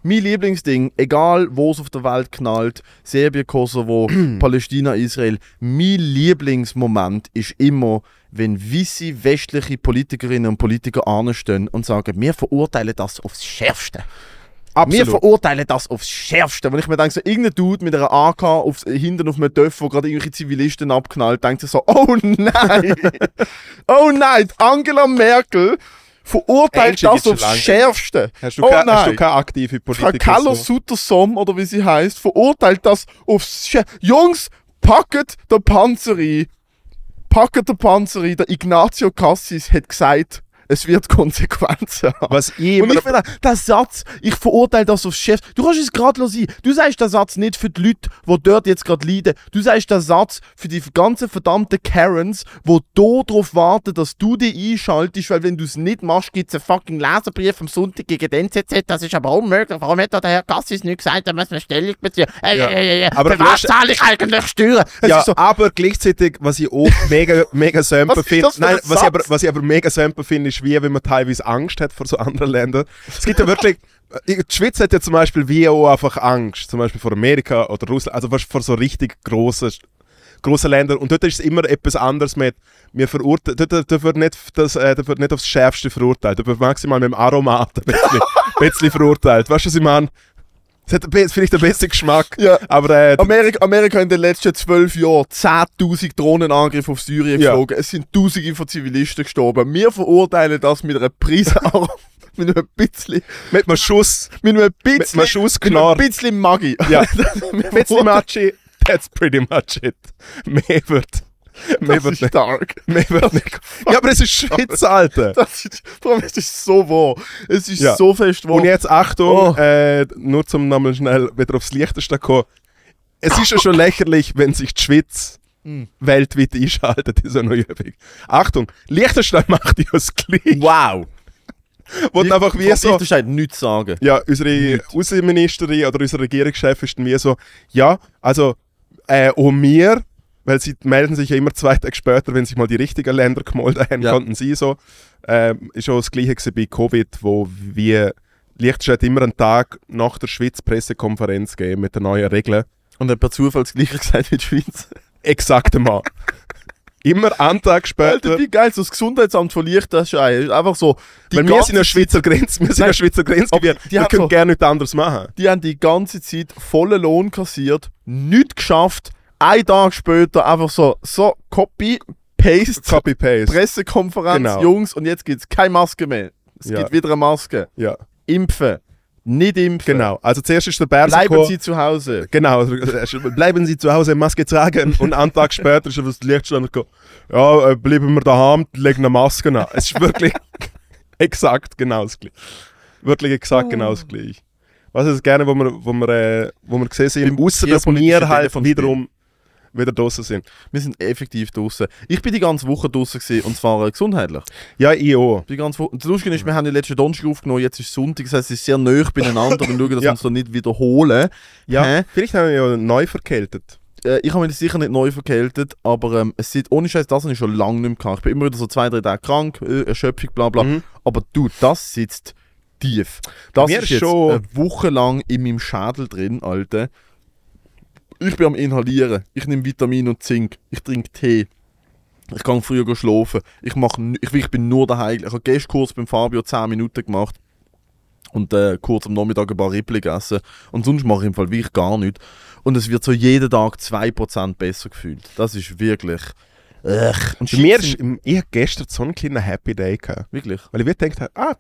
Speaker 1: Mein Lieblingsding, egal wo es auf der Welt knallt, Serbien, Kosovo, Palästina, Israel, mein Lieblingsmoment ist immer, wenn weisse westliche Politikerinnen und Politiker anstehen und sagen, wir verurteilen das aufs Schärfste. Wir verurteilen das aufs Schärfste. Wenn ich mir denke, so irgendein Dude mit einer AK aufs, hinten auf einem Dörf, wo gerade irgendwelche Zivilisten abknallt, denkt sich so, oh nein! oh nein, Angela Merkel verurteilt
Speaker 2: Ängste
Speaker 1: das
Speaker 2: gibt's schon
Speaker 1: aufs
Speaker 2: lange.
Speaker 1: Schärfste.
Speaker 2: Hast du,
Speaker 1: oh
Speaker 2: keine,
Speaker 1: nein.
Speaker 2: hast du keine aktive
Speaker 1: Frau
Speaker 2: Politik?
Speaker 1: Carlo Suttersom oder wie sie heißt, verurteilt das aufs Sche Jungs, packet der Panzer ein. Packet der Panzer ein. Der Ignazio Cassis hat gesagt, es wird Konsequenzen haben.
Speaker 2: Was ich
Speaker 1: Und
Speaker 2: immer
Speaker 1: ich finde, der Satz, ich verurteile das aufs Chef. Du kannst es gerade sein. Du sagst den Satz nicht für die Leute, die dort jetzt gerade leiden. Du sagst den Satz für die ganzen verdammten Karens, die da drauf warten, dass du die einschaltest, weil wenn du es nicht machst, gibt es einen fucking Leserbrief am Sonntag gegen den NZZ. Das ist aber unmöglich. Warum hat da der Herr Gassis nicht gesagt, da müssen wir Stellung beziehen? Äh,
Speaker 2: Ja.
Speaker 3: Äh, äh,
Speaker 2: Aber
Speaker 3: aber
Speaker 2: du
Speaker 3: für was
Speaker 2: hast-
Speaker 3: zahle ich eigentlich Steuern?
Speaker 1: Es
Speaker 2: ja,
Speaker 1: ist so-
Speaker 2: aber gleichzeitig, was ich auch mega, mega
Speaker 1: Was
Speaker 2: Sömper
Speaker 1: ist
Speaker 2: finde,
Speaker 1: das für
Speaker 2: nein,
Speaker 1: ein
Speaker 2: was ich, aber,
Speaker 1: Satz?
Speaker 2: was ich aber mega Sömper finde, ist wie, wenn man teilweise Angst hat vor so anderen Ländern. Es gibt ja wirklich, äh, die Schweiz hat ja zum Beispiel wie auch einfach Angst, zum Beispiel vor Amerika oder Russland, also fast vor so richtig grossen, grossen Ländern. Und dort ist es immer etwas anderes mit, wir verurteilen, dort, dort, wird nicht, das, äh, dort wird nicht aufs Schärfste verurteilt, dort wird maximal mit dem Aromat ein bisschen, ein bisschen verurteilt. Weißt du, was ich meine? Es hat ein bisschen- vielleicht den besten Geschmack,
Speaker 1: Ja.
Speaker 2: aber äh,
Speaker 1: Amerika, Amerika in den letzten zwölf Jahren 10.000 Drohnenangriffe auf Syrien
Speaker 2: Ja.
Speaker 1: geflogen. Es sind Tausende von Zivilisten gestorben. Wir verurteilen das mit einer Prise Arm- mit einem bisschen,
Speaker 2: mit einem Schuss
Speaker 1: mit einem bisschen,
Speaker 2: Mit einem Schuss
Speaker 1: mit
Speaker 2: Knorr.
Speaker 1: einem bisschen Magie.
Speaker 2: Ja, Fitzy Matschi, that's pretty much it. Mehr wird, mehr
Speaker 1: Das
Speaker 2: wird
Speaker 1: ist
Speaker 2: nicht.
Speaker 1: stark.
Speaker 2: Mehr wird nicht. Ja, aber es ist Schweiz, Alter.
Speaker 1: Das ist, vor allem, es ist so wahr. Es ist
Speaker 2: Ja.
Speaker 1: so fest wahr.
Speaker 2: Und jetzt Achtung,
Speaker 1: Oh.
Speaker 2: äh, nur zum nochmal schnell wieder aufs Lichteste zu kommen. Es ist ja schon lächerlich, wenn sich die Schweiz weltweit einschaltet in so einer Übung. Achtung, Liechtenstein macht ja das Gleiche.
Speaker 1: wow.
Speaker 2: Und einfach wie so...
Speaker 1: Das nichts sagen.
Speaker 2: Ja, unsere Außenministerin oder unser Regierungschef ist dann wie so, ja, also, äh, und wir, weil sie melden sich ja immer zwei Tage später, wenn sich mal die richtigen Länder gemolden haben,
Speaker 1: Ja.
Speaker 2: konnten sie so. Ähm, ist auch das Gleiche gewesen bei Covid, wo wir, Liechtenstein hat immer einen Tag nach der Schweiz Pressekonferenz gegeben mit den neuen Regeln.
Speaker 1: Und hat per Zufall das Gleiche gesagt wie die Schweiz.
Speaker 2: Exakt einmal. immer einen
Speaker 1: Alter,
Speaker 2: Tag später.
Speaker 1: wie geil, so das Gesundheitsamt von Liechtenstein ist einfach so. die
Speaker 2: Weil wir
Speaker 1: ganze
Speaker 2: sind ja Schweizer Grenz, wir sind
Speaker 1: Nein.
Speaker 2: ja Schweizer Grenzgebiet,
Speaker 1: die
Speaker 2: wir
Speaker 1: haben
Speaker 2: können
Speaker 1: so-
Speaker 2: gerne nichts anderes machen.
Speaker 1: die haben die ganze Zeit vollen Lohn kassiert, nichts geschafft. Ein Tag später einfach so, so, Copy, Paste,
Speaker 2: Copy-Paste.
Speaker 1: Pressekonferenz,
Speaker 2: Genau.
Speaker 1: Jungs, und jetzt gibt es keine Maske mehr. Es
Speaker 2: Ja.
Speaker 1: gibt wieder eine Maske.
Speaker 2: Ja,
Speaker 1: Impfen. Nicht impfen.
Speaker 2: genau. Also zuerst ist der Berser
Speaker 1: Bleiben
Speaker 2: gekommen.
Speaker 1: Sie zu Hause.
Speaker 2: Genau, also, äh, bleiben Sie zu Hause, Maske tragen. Und einen Tag später ist er aus dem Lichtstand gekommen. Ja, äh, bleiben wir daheim, legen eine Maske an. Es ist wirklich exakt genau das Gleiche. Wirklich exakt genau das Gleiche. Was ist gerne, wo wir, wo wir, äh, wo wir gesehen sind,
Speaker 1: Beim
Speaker 2: außer dass wir
Speaker 1: tierpolitischen
Speaker 2: halt
Speaker 1: Telefonspiel.
Speaker 2: wiederum wieder draußen sind.
Speaker 1: Wir sind effektiv draußen. Ich bin die ganze Woche draußen gewesen, und zwar äh, gesundheitlich.
Speaker 2: Ja, ich auch.
Speaker 1: Die ganze Woche. Und Das Lustige ist, wir haben den letzten Donnerstag aufgenommen, jetzt ist Sonntag, das heißt, es ist sehr nah beieinander. Wir schauen, dass
Speaker 2: Ja.
Speaker 1: wir uns da nicht wiederholen.
Speaker 2: Ja,
Speaker 1: Hä?
Speaker 2: vielleicht haben wir ja neu verkältet.
Speaker 1: Äh, ich habe mich sicher nicht neu verkältet, aber ähm, es sieht ohne Scheiß, das habe ich schon lange nicht mehr gehabt. Ich bin immer wieder so zwei, drei Tage krank, äh, Erschöpfung, bla bla.
Speaker 2: Mhm.
Speaker 1: Aber du, das sitzt tief. Das
Speaker 2: mir
Speaker 1: ist
Speaker 2: ist
Speaker 1: jetzt
Speaker 2: schon-
Speaker 1: eine Woche lang in meinem Schädel drin, Alter. Ich bin am Inhalieren. Ich nehme Vitamin und Zink. Ich trinke Tee. Ich kann früher go schlafen. Ich, mache, ni- ich, ich bin nur daheim. Ich habe gestern kurz beim Fabio 10 Minuten gemacht. Und äh, kurz am Nachmittag ein paar Rippel gegessen. Und sonst mache ich im Fall wirklich gar nichts. Und es wird so jeden Tag 2% besser gefühlt. Das ist wirklich... Ech. Und
Speaker 2: Bei mir
Speaker 1: Scheissen-
Speaker 2: ist, ich hatte gestern so einen kleinen Happy Day. Gehabt,
Speaker 1: Wirklich.
Speaker 2: weil ich mir gedacht habe, ah,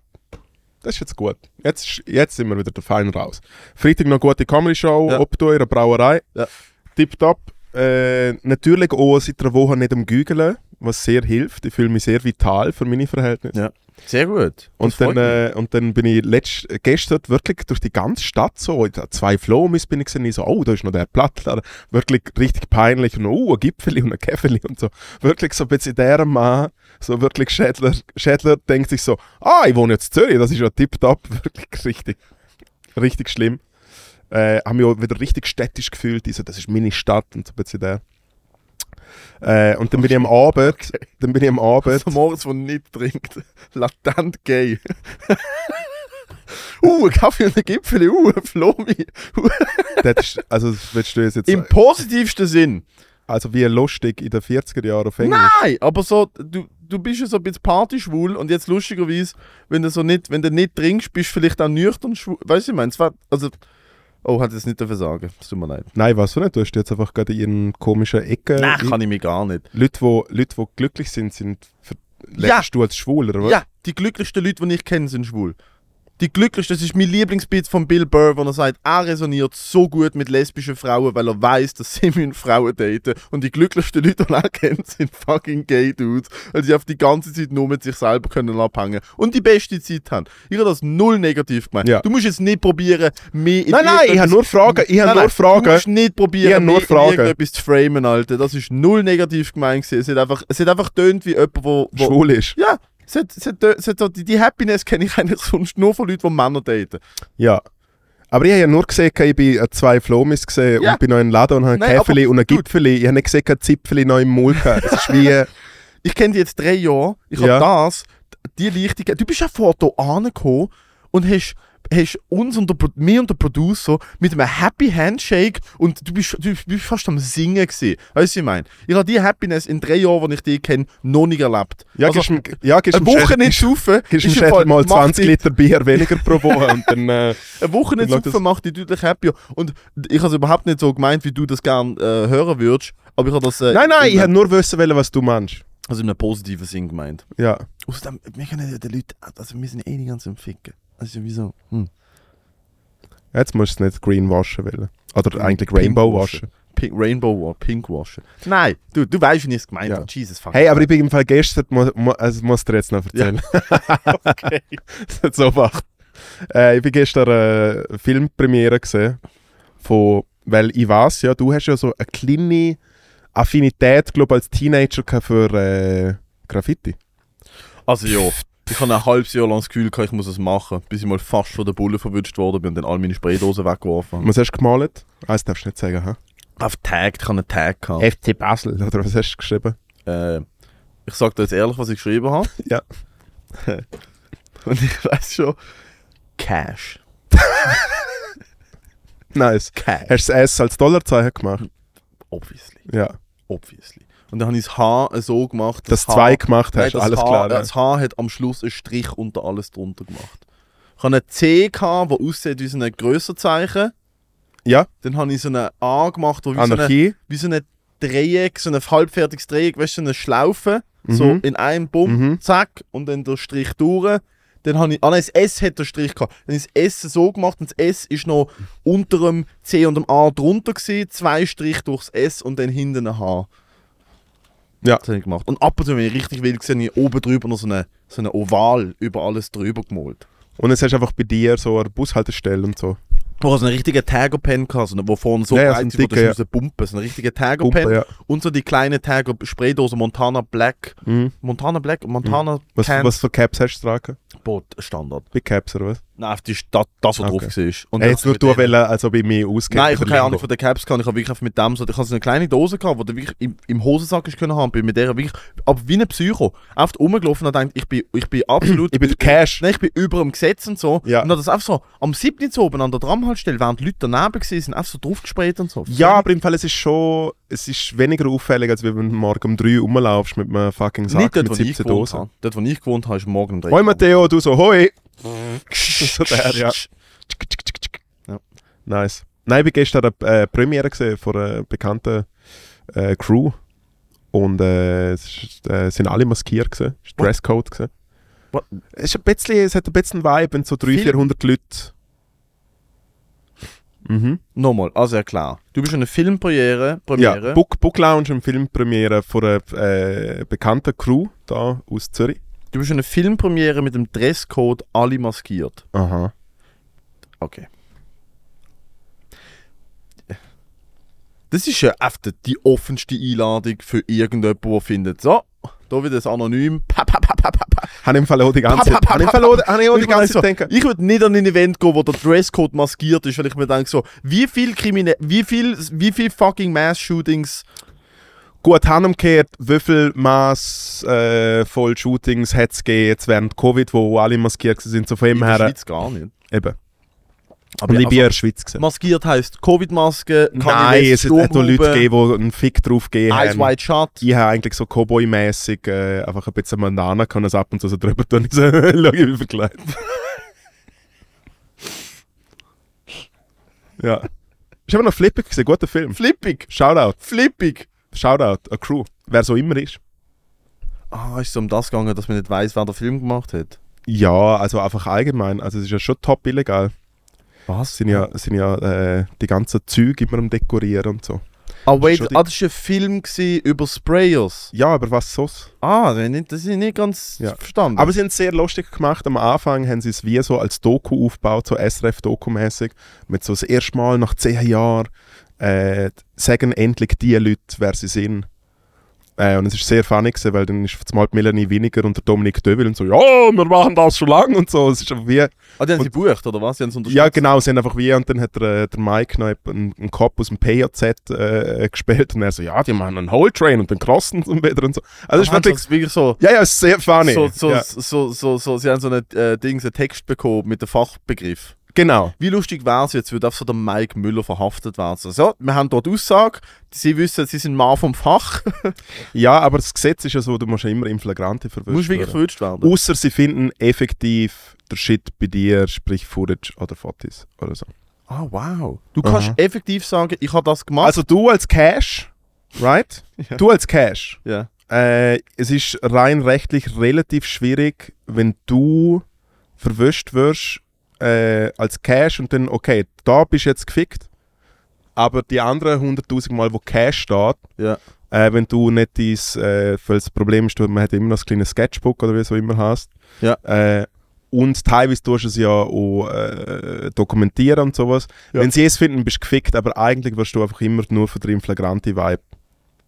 Speaker 2: das ist jetzt gut. Jetzt, ist- jetzt sind wir wieder der Fein raus. Freitag noch eine gute Comedy-Show,
Speaker 1: Ja.
Speaker 2: ob du in einer Brauerei.
Speaker 1: Ja.
Speaker 2: Tipptopp. Äh, natürlich auch seit einer Woche nicht am Gügeln, was sehr hilft. Ich fühle mich sehr vital für meine Verhältnisse.
Speaker 1: Sehr gut.
Speaker 2: Und dann, äh, und dann bin ich letzt, äh, gestern wirklich durch die ganze Stadt so, in zwei Flomis bin ich gesehen, ich so, oh, da ist noch der Plattler, wirklich richtig peinlich und oh, ein Gipfeli und ein Käfeli und so. Wirklich so ein bisschen der Mann, so wirklich Schädler, Schädler denkt sich so, ah, ich wohne jetzt in Zürich, das ist ja tipptopp, wirklich richtig, richtig schlimm. Äh, haben mich auch wieder richtig städtisch gefühlt, ich so, das ist meine Stadt und so ein bisschen der. Äh, und dann bin ich am Abend, dann bin ich am Abend,
Speaker 1: Der Moritz, der nicht trinkt. Latent gay. uh, ein Kaffee und ein Gipfel, uh, ein Flomi.
Speaker 2: das ist, also, das willst du jetzt
Speaker 1: Im positivsten Sinn.
Speaker 2: Also wie lustig in den 40er Jahren auf Englisch.
Speaker 1: Nein, aber so, du, du bist ja so ein bisschen partyschwul und jetzt lustigerweise, wenn du so nicht, wenn du nicht trinkst, bist du vielleicht auch nüchtern schwul. Weißt du, ich meine, es war, also, oh, hat es nicht dafür sagen. Es tut mir leid.
Speaker 2: Nein, weißt du nicht, du hast jetzt einfach gerade in ihren komischen Ecken.
Speaker 1: Nein, kann Äh, ich mich gar nicht.
Speaker 2: Leute, wo, Leute, wo glücklich sind, sind ver-
Speaker 1: Ja.
Speaker 2: lebst du als schwul, oder was?
Speaker 1: Ja, die glücklichsten Leute, die ich kenne, sind schwul. Die glücklichsten, das ist mein Lieblingsbit von Bill Burr, wo er sagt, er resoniert so gut mit lesbischen Frauen, weil er weiß, dass sie müssen Frauen daten. Und die glücklichsten Leute, die er kennt, sind fucking gay Dudes, weil sie auf die ganze Zeit nur mit sich selber können abhängen und die beste Zeit haben. Ich habe das null negativ gemeint.
Speaker 2: Ja.
Speaker 1: Du musst jetzt nicht probieren, mehr in
Speaker 2: Nein, nein, ich
Speaker 1: irgendetwas-
Speaker 2: habe nur Fragen, ich habe
Speaker 1: Nein,
Speaker 2: nur
Speaker 1: nein, Du
Speaker 2: Fragen.
Speaker 1: musst nicht probieren,
Speaker 2: Ich habe nur
Speaker 1: mich in
Speaker 2: Fragen.
Speaker 1: irgendetwas zu framen, Alter. Das ist null negativ gemeint. gewesen. Es hat einfach, es hat einfach tönt wie jemand, wo, wo
Speaker 2: Schwul ist.
Speaker 1: ja, es hat, es hat, es hat, so- die, die Happiness kenne ich eigentlich sonst nur von Leuten, die Männer daten.
Speaker 2: Ja. Aber ich habe ja nur gesehen, ich bin an zwei Flomis gesehen
Speaker 1: Ja.
Speaker 2: und bin noch in einem Laden und habe
Speaker 1: Nein,
Speaker 2: ein Käfeli
Speaker 1: aber-
Speaker 2: und ein
Speaker 1: Dude.
Speaker 2: Gipfeli. Ich habe nicht gesehen, kein Zipfeli noch im Mund gehabt. Das ist wie,
Speaker 1: Ich kenne die jetzt drei Jahre, ich
Speaker 2: Ja.
Speaker 1: habe das, die Leichtigkeit. Du bist ja vorher hier angekommen und hast, hast uns und der, Pro- mir und der Producer mit einem Happy Handshake und du bist, du bist fast am Singen gewesen. Weißt du, was ich meine? Ich habe die Happiness in drei Jahren, die ich dich kenne, noch nicht erlebt.
Speaker 2: ja,
Speaker 1: Also,
Speaker 2: gibst ihm- ja, gibst
Speaker 1: eine
Speaker 2: ihm
Speaker 1: Woche
Speaker 2: Schädel-
Speaker 1: nicht saufen, ist
Speaker 2: gibst ihm
Speaker 1: im
Speaker 2: Schädel
Speaker 1: Fall-
Speaker 2: mal
Speaker 1: macht
Speaker 2: 20
Speaker 1: dich-
Speaker 2: Liter Bier weniger pro Woche und dann, äh,
Speaker 1: Eine Woche nicht
Speaker 2: Dann läuft
Speaker 1: saufen macht dich deutlich happier. Und ich habe es überhaupt nicht so gemeint, wie du das gerne äh, hören würdest. Aber ich habe das äh,
Speaker 2: Nein, nein, ich
Speaker 1: in,
Speaker 2: habe nur wissen wollen, was du meinst.
Speaker 1: also in einem positiven Sinn gemeint.
Speaker 2: Ja.
Speaker 1: Außerdem, wir können ja den Leuten, also wir sind eh die ganze am Ficken. Also wieso? Hm.
Speaker 2: Jetzt musst du es nicht green waschen wollen.
Speaker 1: Äh,
Speaker 2: Oder eigentlich
Speaker 1: Pink
Speaker 2: Rainbow
Speaker 1: waschen.
Speaker 2: waschen.
Speaker 1: Pink, Rainbow War, Pink Washer. Nein, du, du weißt, wie ich es gemeint
Speaker 2: Ja.
Speaker 1: habe. Jesus fuck.
Speaker 2: Hey, aber ich bin im Fall gestern, mu- mu- also muss dir jetzt noch erzählen.
Speaker 1: okay.
Speaker 2: Das hat so gemacht. Äh, ich bin gestern äh, Filmpremiere gesehen. Von, weil ich weiß ja, du hast ja so eine kleine Affinität, glaube als Teenager gehabt für äh, Graffiti.
Speaker 1: Also ja, ich habe ein halbes Jahr lang das Gefühl gehabt, ich muss es machen, bis ich mal fast von der Bulle verwünscht worden bin und dann all meine Spraydosen weggeworfen habe.
Speaker 2: Was hast du gemalt? Ah, das darfst du nicht sagen, ha?
Speaker 1: Auf Tag, ich habe einen Tag gehabt.
Speaker 2: FC Basel. Oder was hast du geschrieben?
Speaker 1: Äh, ich sag dir jetzt ehrlich, was ich geschrieben habe.
Speaker 2: Ja.
Speaker 1: Und ich weiß schon. Cash.
Speaker 2: Nice.
Speaker 1: Cash.
Speaker 2: Hast du das S als Dollarzeichen gemacht?
Speaker 1: Obviously.
Speaker 2: Ja.
Speaker 1: Obviously. Und dann habe ich das H so gemacht, dass
Speaker 2: Dass du zwei
Speaker 1: H,
Speaker 2: gemacht
Speaker 1: nein,
Speaker 2: hast,
Speaker 1: das
Speaker 2: alles
Speaker 1: H,
Speaker 2: klar.
Speaker 1: äh, Das H hat am Schluss einen Strich unter alles drunter gemacht. Ich habe ein C gehabt, der aussieht wie so ein Grösserzeichen.
Speaker 2: ja.
Speaker 1: Dann habe ich so eine A gemacht, wo wie
Speaker 2: Ah,
Speaker 1: so eine,
Speaker 2: Anarchie.
Speaker 1: wie so eine Dreieck, so ein halbfertiges Dreieck, weißt du, so eine Schlaufe, so
Speaker 2: Mhm.
Speaker 1: in einem Bumm,
Speaker 2: Mhm.
Speaker 1: zack, und dann der Strich durch. Dann habe ich, ah nein, das S hat der Strich gehabt. Dann ist das S so gemacht und das S ist noch unter dem C und dem A drunter gewesen, zwei Strich durchs S und dann hinten ein H.
Speaker 2: Ja.
Speaker 1: Das habe ich gemacht. Und ab und zu, wenn ich richtig will, sehe ich oben drüber noch so eine, so eine Oval über alles drüber gemalt.
Speaker 2: Und jetzt hast du einfach bei dir so eine Bushaltestelle und so.
Speaker 1: Du hast einen richtigen Tigerpen gehabt, so einen, wo vorne so
Speaker 2: Ja, ja, so
Speaker 1: breit
Speaker 2: einen
Speaker 1: ist, wo du
Speaker 2: dicken,
Speaker 1: musst pumpen. So einen richtigen Tigerpen
Speaker 2: Pumpe, ja.
Speaker 1: und so die kleine Tiger Spraydose Montana Black.
Speaker 2: Mhm.
Speaker 1: Montana Black, Montana
Speaker 2: Was,
Speaker 1: Can
Speaker 2: was für Caps hast du tragen?
Speaker 1: Bot Standard.
Speaker 2: Big Caps oder was?
Speaker 1: Nein, auf die St- das, das was
Speaker 2: Okay.
Speaker 1: drauf war. Und
Speaker 2: Hey, jetzt
Speaker 1: dann
Speaker 2: nur
Speaker 1: mit
Speaker 2: du, also
Speaker 1: denen-
Speaker 2: wollen, als ob ich mich auskenne.
Speaker 1: Nein, ich habe keine Ahnung von den Caps gehabt. Ich habe wirklich mit dem so, ich hatte so eine kleine Dose gehabt, wo du wirklich im, im Hosensack ist können haben, bin mit der wirklich, aber wie ein Psycho, einfach rumgelaufen und denkt, ich bin, ich bin absolut,
Speaker 2: Ich bin der Cash.
Speaker 1: Nein, ich bin über dem Gesetz und so.
Speaker 2: Ja.
Speaker 1: Und habe das einfach so am 7. Uhr oben an der Tramhaltestelle, während die Leute daneben waren, sind, einfach so draufgesprayt und so.
Speaker 2: Ja, aber im Fall, es ist schon, es ist weniger auffällig, als wenn du morgen um 3 Uhr rumlaufst mit einem fucking Sack
Speaker 1: nicht dort, wo
Speaker 2: mit
Speaker 1: ich
Speaker 2: 17
Speaker 1: gewohnt
Speaker 2: Dosen.
Speaker 1: habe. Dort, wo ich gewohnt habe, ist morgen um drei.
Speaker 2: Hoi Matteo, du so, hoi! so der, ja.
Speaker 1: Ja.
Speaker 2: Nice. Nein, ich war gestern an der äh, Premiere gesehen von einer bekannten äh, Crew. Und äh, es ist, äh, sind alle maskiert gewesen. Es war
Speaker 1: What?
Speaker 2: Dresscode gewesen.
Speaker 1: What?
Speaker 2: Es, ist ein bisschen, es hat ein bisschen Vibe, wenn so 300,
Speaker 1: Viel-
Speaker 2: 400 Leute... Mhm.
Speaker 1: Nochmal, also ja klar. Du bist eine Filmpremiere. Premiere.
Speaker 2: Ja, Book, Book Lounge und Filmpremiere von einer äh, bekannten Crew da aus Zürich.
Speaker 1: du bist eine Filmpremiere mit dem Dresscode alle maskiert.
Speaker 2: Aha.
Speaker 1: Okay. Das ist ja echt die offenste Einladung für irgendjemanden, der findet, so, da wieder das Anonym, pa, pa, pa, pa, pa, pa.
Speaker 2: Habe ich im Fall auch die ganze
Speaker 1: Pa,
Speaker 2: Zeit
Speaker 1: pa, pa,
Speaker 2: hab ich im Fall
Speaker 1: pa,
Speaker 2: auch- hab ich auch
Speaker 1: Und
Speaker 2: die
Speaker 1: ich meine
Speaker 2: ganze
Speaker 1: so,
Speaker 2: Zeit denken.
Speaker 1: ich würde nicht an ein Event gehen, wo der Dresscode maskiert ist, weil ich mir denke so, wie viel Krimine wie viel, wie viel fucking Mass-Shootings
Speaker 2: Gut, heimgekehrt, wie viel Mass äh, voll Shootings hat es gegeben jetzt während Covid, wo alle maskiert waren, sind, so von
Speaker 1: in
Speaker 2: dem
Speaker 1: der
Speaker 2: her.
Speaker 1: Schweiz gar nicht.
Speaker 2: Eben.
Speaker 1: Aber
Speaker 2: Und ich
Speaker 1: ja,
Speaker 2: bin
Speaker 1: also,
Speaker 2: ja in der Schweiz. Gewesen.
Speaker 1: maskiert heisst Covid-Maske,
Speaker 2: Nein, es hat auch Leute
Speaker 1: gegeben,
Speaker 2: gegeben, die ähm, einen Fick drauf gegeben
Speaker 1: Eyes
Speaker 2: haben.
Speaker 1: Wide Shut.
Speaker 2: Ich habe eigentlich so Cowboy-mässig äh, einfach ein bisschen Mandana kann das ab und zu so drüber tun. Ich so, schau, ich bin verkleidet. ja. Ist aber noch flippig gewesen, guter Film.
Speaker 1: Flippig,
Speaker 2: Shoutout,
Speaker 1: flippig.
Speaker 2: Shoutout, a Crew, wer so immer ist.
Speaker 1: Ah, ist es um das gegangen, dass man nicht weiß, wer den Film gemacht hat?
Speaker 2: Ja, also einfach allgemein. Also es ist ja schon top illegal.
Speaker 1: Was?
Speaker 2: Sind ja, sind ja äh, die ganzen Züge immer am Dekorieren und so.
Speaker 1: Ah, wait,
Speaker 2: Schon die-
Speaker 1: ah, das war ein Film gewesen über Sprayers.
Speaker 2: Ja, aber was sonst?
Speaker 1: Ah, das hab ich nicht- das ist nicht ganz
Speaker 2: Ja.
Speaker 1: verstanden.
Speaker 2: Aber sie haben es sehr lustig gemacht. Am Anfang haben sie es wie so als Doku aufgebaut, so SRF-Doku-mäßig. Mit so das erste Mal nach zehn Jahren äh, sagen endlich die Leute, wer sie sind. Äh, und es ist sehr funny gewesen, weil dann ist zumal Melanie weniger und der Dominik Döbel und so, ja, wir machen das schon lange und so. Es ist einfach wie,
Speaker 1: ah, die haben sie gebucht, oder was? Die haben sie unterstützt?
Speaker 2: Ja, genau, sie haben einfach wie, und dann hat der, äh, der Mike noch einen, einen Cop aus dem PJZ äh, äh, gespielt und er so, ja, die machen einen Whole Train und dann crossen sie wieder und so. Also
Speaker 1: Also
Speaker 2: ist
Speaker 1: haben sie
Speaker 2: wirklich,
Speaker 1: das wirklich so,
Speaker 2: ja, ja, ist sehr funny.
Speaker 1: so, so,
Speaker 2: ja,
Speaker 1: so, so, so, sie haben so einen äh, Dings, einen Text bekommen mit dem Fachbegriff.
Speaker 2: genau.
Speaker 1: Wie lustig wäre es jetzt, würde auf so der Mike Müller verhaftet werden. So, So, wir haben dort Aussage, sie wissen, sie sind Mann vom Fach,
Speaker 2: Ja, aber das Gesetz ist ja so, du musst ja immer im Flagrante
Speaker 1: du musst
Speaker 2: verwirrt
Speaker 1: wirklich
Speaker 2: werden.
Speaker 1: verwünscht werden.
Speaker 2: Außer sie finden effektiv der Shit bei dir, sprich Footage oder Fotos oder so.
Speaker 1: Ah, wow. Du kannst
Speaker 2: Aha.
Speaker 1: effektiv sagen, ich habe das gemacht.
Speaker 2: Also du als Cash, right?
Speaker 1: Ja.
Speaker 2: Du als Cash.
Speaker 1: ja.
Speaker 2: Äh, es ist rein rechtlich relativ schwierig, wenn du verwischt wirst äh, als Cash und dann, okay, da bist du jetzt gefickt, aber die anderen 100.000 Mal, wo Cash steht,
Speaker 1: Ja.
Speaker 2: äh, wenn du nicht dies, äh, weil das Problem ist, du- man hat immer noch das kleine Sketchbook oder wie es auch immer heißt.
Speaker 1: Ja.
Speaker 2: Äh, und teilweise tust du es ja auch äh, dokumentieren und sowas.
Speaker 1: Ja.
Speaker 2: Wenn sie es finden, bist du gefickt, aber eigentlich wirst du einfach immer nur für den flagranti Vibe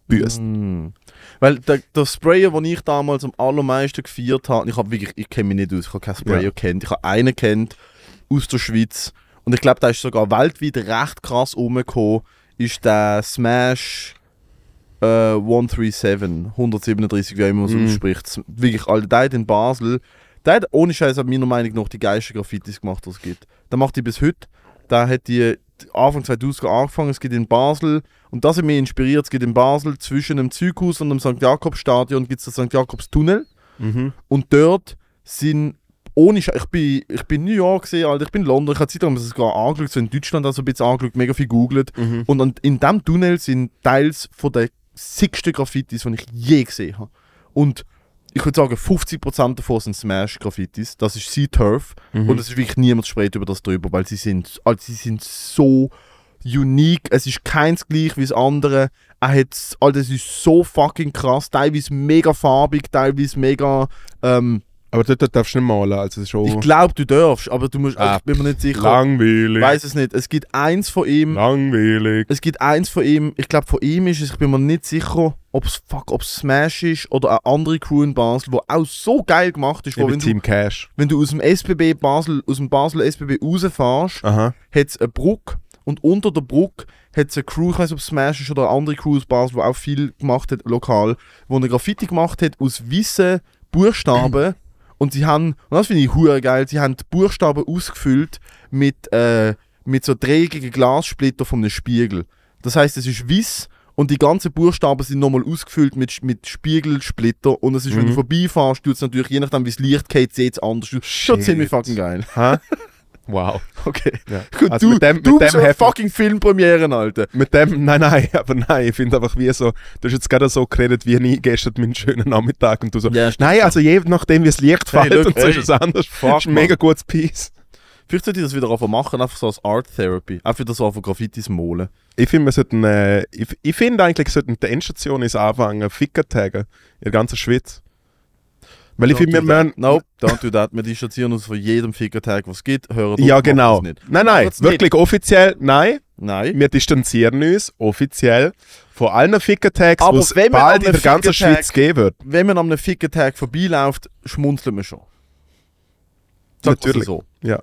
Speaker 2: büßt.
Speaker 1: Mm. Weil der, der Sprayer, den ich damals am allermeisten gefeiert habe, ich habe wirklich, ich kenne mich nicht aus, ich habe keinen Sprayer
Speaker 2: Ja.
Speaker 1: kennt, ich habe einen kennt aus der Schweiz und ich glaube, der ist sogar weltweit recht krass rumgekommen, ist der Smash äh, 137, 137, wie auch immer man es
Speaker 2: Mm.
Speaker 1: ausspricht. S- Wirklich, all der hat in Basel, der hat ohne Scheiß hat meiner Meinung nach die geilsten Graffitis gemacht, die es gibt. Der macht die bis heute, der hat die Anfang 2000 angefangen, es gibt in Basel und das hat mich inspiriert, es gibt in Basel zwischen dem Zughaus und dem St. Jakobsstadion gibt es den St. Jakobstunnel
Speaker 2: Mhm.
Speaker 1: und dort sind ohne Scheiß, ich bin, ich bin in New York gesehen, Alter, ich bin in London, ich habe Zeit, es sogar angeschaut, so in Deutschland also ein bisschen angeschaut, mega viel googelt
Speaker 2: Mhm.
Speaker 1: und an, in diesem Tunnel sind Teils von den sicksten Graffitis, die ich je gesehen habe. Und ich würde sagen, 50% davon sind Smash-Graffitis. Das ist Sea Turf.
Speaker 2: Mhm.
Speaker 1: Und es ist wirklich niemand spricht über das drüber, weil sie sind, also sie sind so unique. Es ist keins gleich wie das andere. Er hat, also es ist so fucking krass. Teilweise mega farbig, teilweise mega ähm,
Speaker 2: Aber dort darfst du nicht malen, also es ist schon
Speaker 1: Ich glaube, du darfst, aber du musst. also, ich bin mir nicht sicher. Ich
Speaker 2: langweilig.
Speaker 1: weiß es nicht. Es gibt eins von ihm.
Speaker 2: Langweilig.
Speaker 1: Es gibt eins von ihm, ich glaube von ihm ist es, ich bin mir nicht sicher, ob es fuck, ob's Smash ist oder eine andere Crew in Basel, wo auch so geil gemacht ist,
Speaker 2: Ich
Speaker 1: wo
Speaker 2: bin
Speaker 1: wenn du,
Speaker 2: Team Cash.
Speaker 1: wenn du aus dem SBB Basel, aus dem Basel SBB rausfährst,
Speaker 2: Aha.
Speaker 1: hat es eine Brücke und unter der Brücke hat es eine Crew, ich weiß ob es Smash ist oder eine andere Crew aus Basel, die auch viel gemacht hat, lokal, wo eine Graffiti gemacht hat aus weißen Buchstaben und sie haben, und das finde ich hure geil, sie haben die Buchstaben ausgefüllt mit, äh, mit so dreckigen Glassplitter von einem Spiegel. Das heißt, es ist weiß und die ganzen Buchstaben sind nochmal ausgefüllt mit, mit Spiegelsplitter und es ist, wenn du
Speaker 2: Mhm.
Speaker 1: vorbeifährst, tut es natürlich, je nachdem wie es Licht geht, sieht es anders aus. Schon
Speaker 2: Shit.
Speaker 1: ziemlich fucking geil.
Speaker 2: Ha? Wow.
Speaker 1: Okay.
Speaker 2: Ja.
Speaker 1: Gut,
Speaker 2: Also
Speaker 1: du,
Speaker 2: mit dem,
Speaker 1: du
Speaker 2: mit
Speaker 1: bist
Speaker 2: dem
Speaker 1: eine
Speaker 2: Heft,
Speaker 1: fucking Filmpremieren, Alter.
Speaker 2: mit dem, nein, nein, aber nein, ich finde einfach wie so, du hast jetzt gerade so geredet, wie nie gestern meinen schönen Nachmittag und du so,
Speaker 1: Ja, stimmt.
Speaker 2: nein, also je nachdem, wie es Licht
Speaker 1: Hey,
Speaker 2: fällt
Speaker 1: look,
Speaker 2: und so ist
Speaker 1: hey.
Speaker 2: es anders.
Speaker 1: Fuck,
Speaker 2: ist ein mega gutes Piece.
Speaker 1: Vielleicht sollte ich das wieder anfangen machen, einfach so als Art Therapy. Einfach das so auf Graffitis malen.
Speaker 2: Ich finde, wir sollten, äh, ich, ich finde eigentlich, sollten die Endstation ist anfangen, Ficker taggen, in der ganzen Schweiz. Weil ich
Speaker 1: Don't
Speaker 2: finde,
Speaker 1: do
Speaker 2: wir
Speaker 1: that.
Speaker 2: müssen,
Speaker 1: Nope, don't do that. Wir distanzieren uns von jedem Fickertag, was es gibt. Hören
Speaker 2: ja genau.
Speaker 1: Nicht.
Speaker 2: Nein, nein,
Speaker 1: Macht's nicht.
Speaker 2: wirklich offiziell, nein.
Speaker 1: Nein.
Speaker 2: Wir distanzieren uns offiziell von allen Ficker-Tags,
Speaker 1: Aber
Speaker 2: die es
Speaker 1: wenn man
Speaker 2: bald
Speaker 1: an
Speaker 2: in der
Speaker 1: einem
Speaker 2: ganzen
Speaker 1: Ficker-Tag-
Speaker 2: Schweiz geben wird.
Speaker 1: Wenn man an einem Fickertag vorbeiläuft, schmunzeln wir schon. Sagt man
Speaker 2: Natürlich.
Speaker 1: So.
Speaker 2: Ja.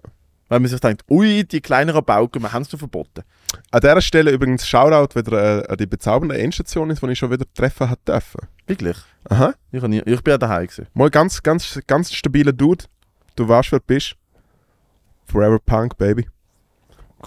Speaker 1: Weil man sich denkt, ui, die kleineren Bauken, wir haben es verboten.
Speaker 2: An dieser Stelle übrigens Shoutout wieder äh, an die bezaubernde Endstation ist, die ich schon wieder treffen hat dürfen.
Speaker 1: Wirklich.
Speaker 2: Aha.
Speaker 1: Ich, hab nie, ich bin ja daheim gewesen.
Speaker 2: Mal ganz, ganz, ganz stabiler Dude. Du weißt, wer du bist. Forever Punk, Baby.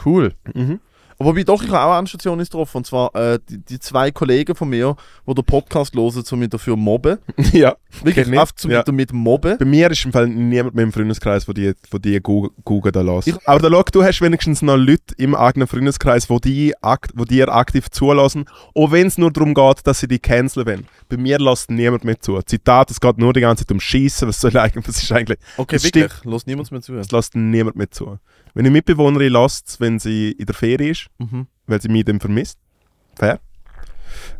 Speaker 1: Cool.
Speaker 2: Mhm.
Speaker 1: Wobei doch, ich habe auch eine Station getroffen. Und zwar äh, die, die zwei Kollegen von mir, die den Podcast hören, um mich dafür mobben.
Speaker 2: ja.
Speaker 1: Wirklich,
Speaker 2: Kenn ich.
Speaker 1: oft zum
Speaker 2: Ja.
Speaker 1: damit mobben.
Speaker 2: Bei mir ist im Fall niemand mehr im Freundeskreis, der die, wo die gu- gucken da lässt.
Speaker 1: Ich-
Speaker 2: Aber da schau, du hast wenigstens noch Leute im eigenen Freundeskreis, wo die, akt, wo dir aktiv zulassen, auch wenn es nur darum geht, dass sie die canceln wollen. Bei mir lässt niemand mehr zu. Zitat, es geht nur die ganze Zeit um Schießen, was soll eigentlich, was ist eigentlich,
Speaker 1: Okay,
Speaker 2: Das
Speaker 1: wirklich, lass niemand mehr zu.
Speaker 2: es lässt niemand mehr zu. Meine Mitbewohnerin lässt es, wenn sie in der Ferie ist,
Speaker 1: Mhm.
Speaker 2: weil sie mich dann vermisst. Fair.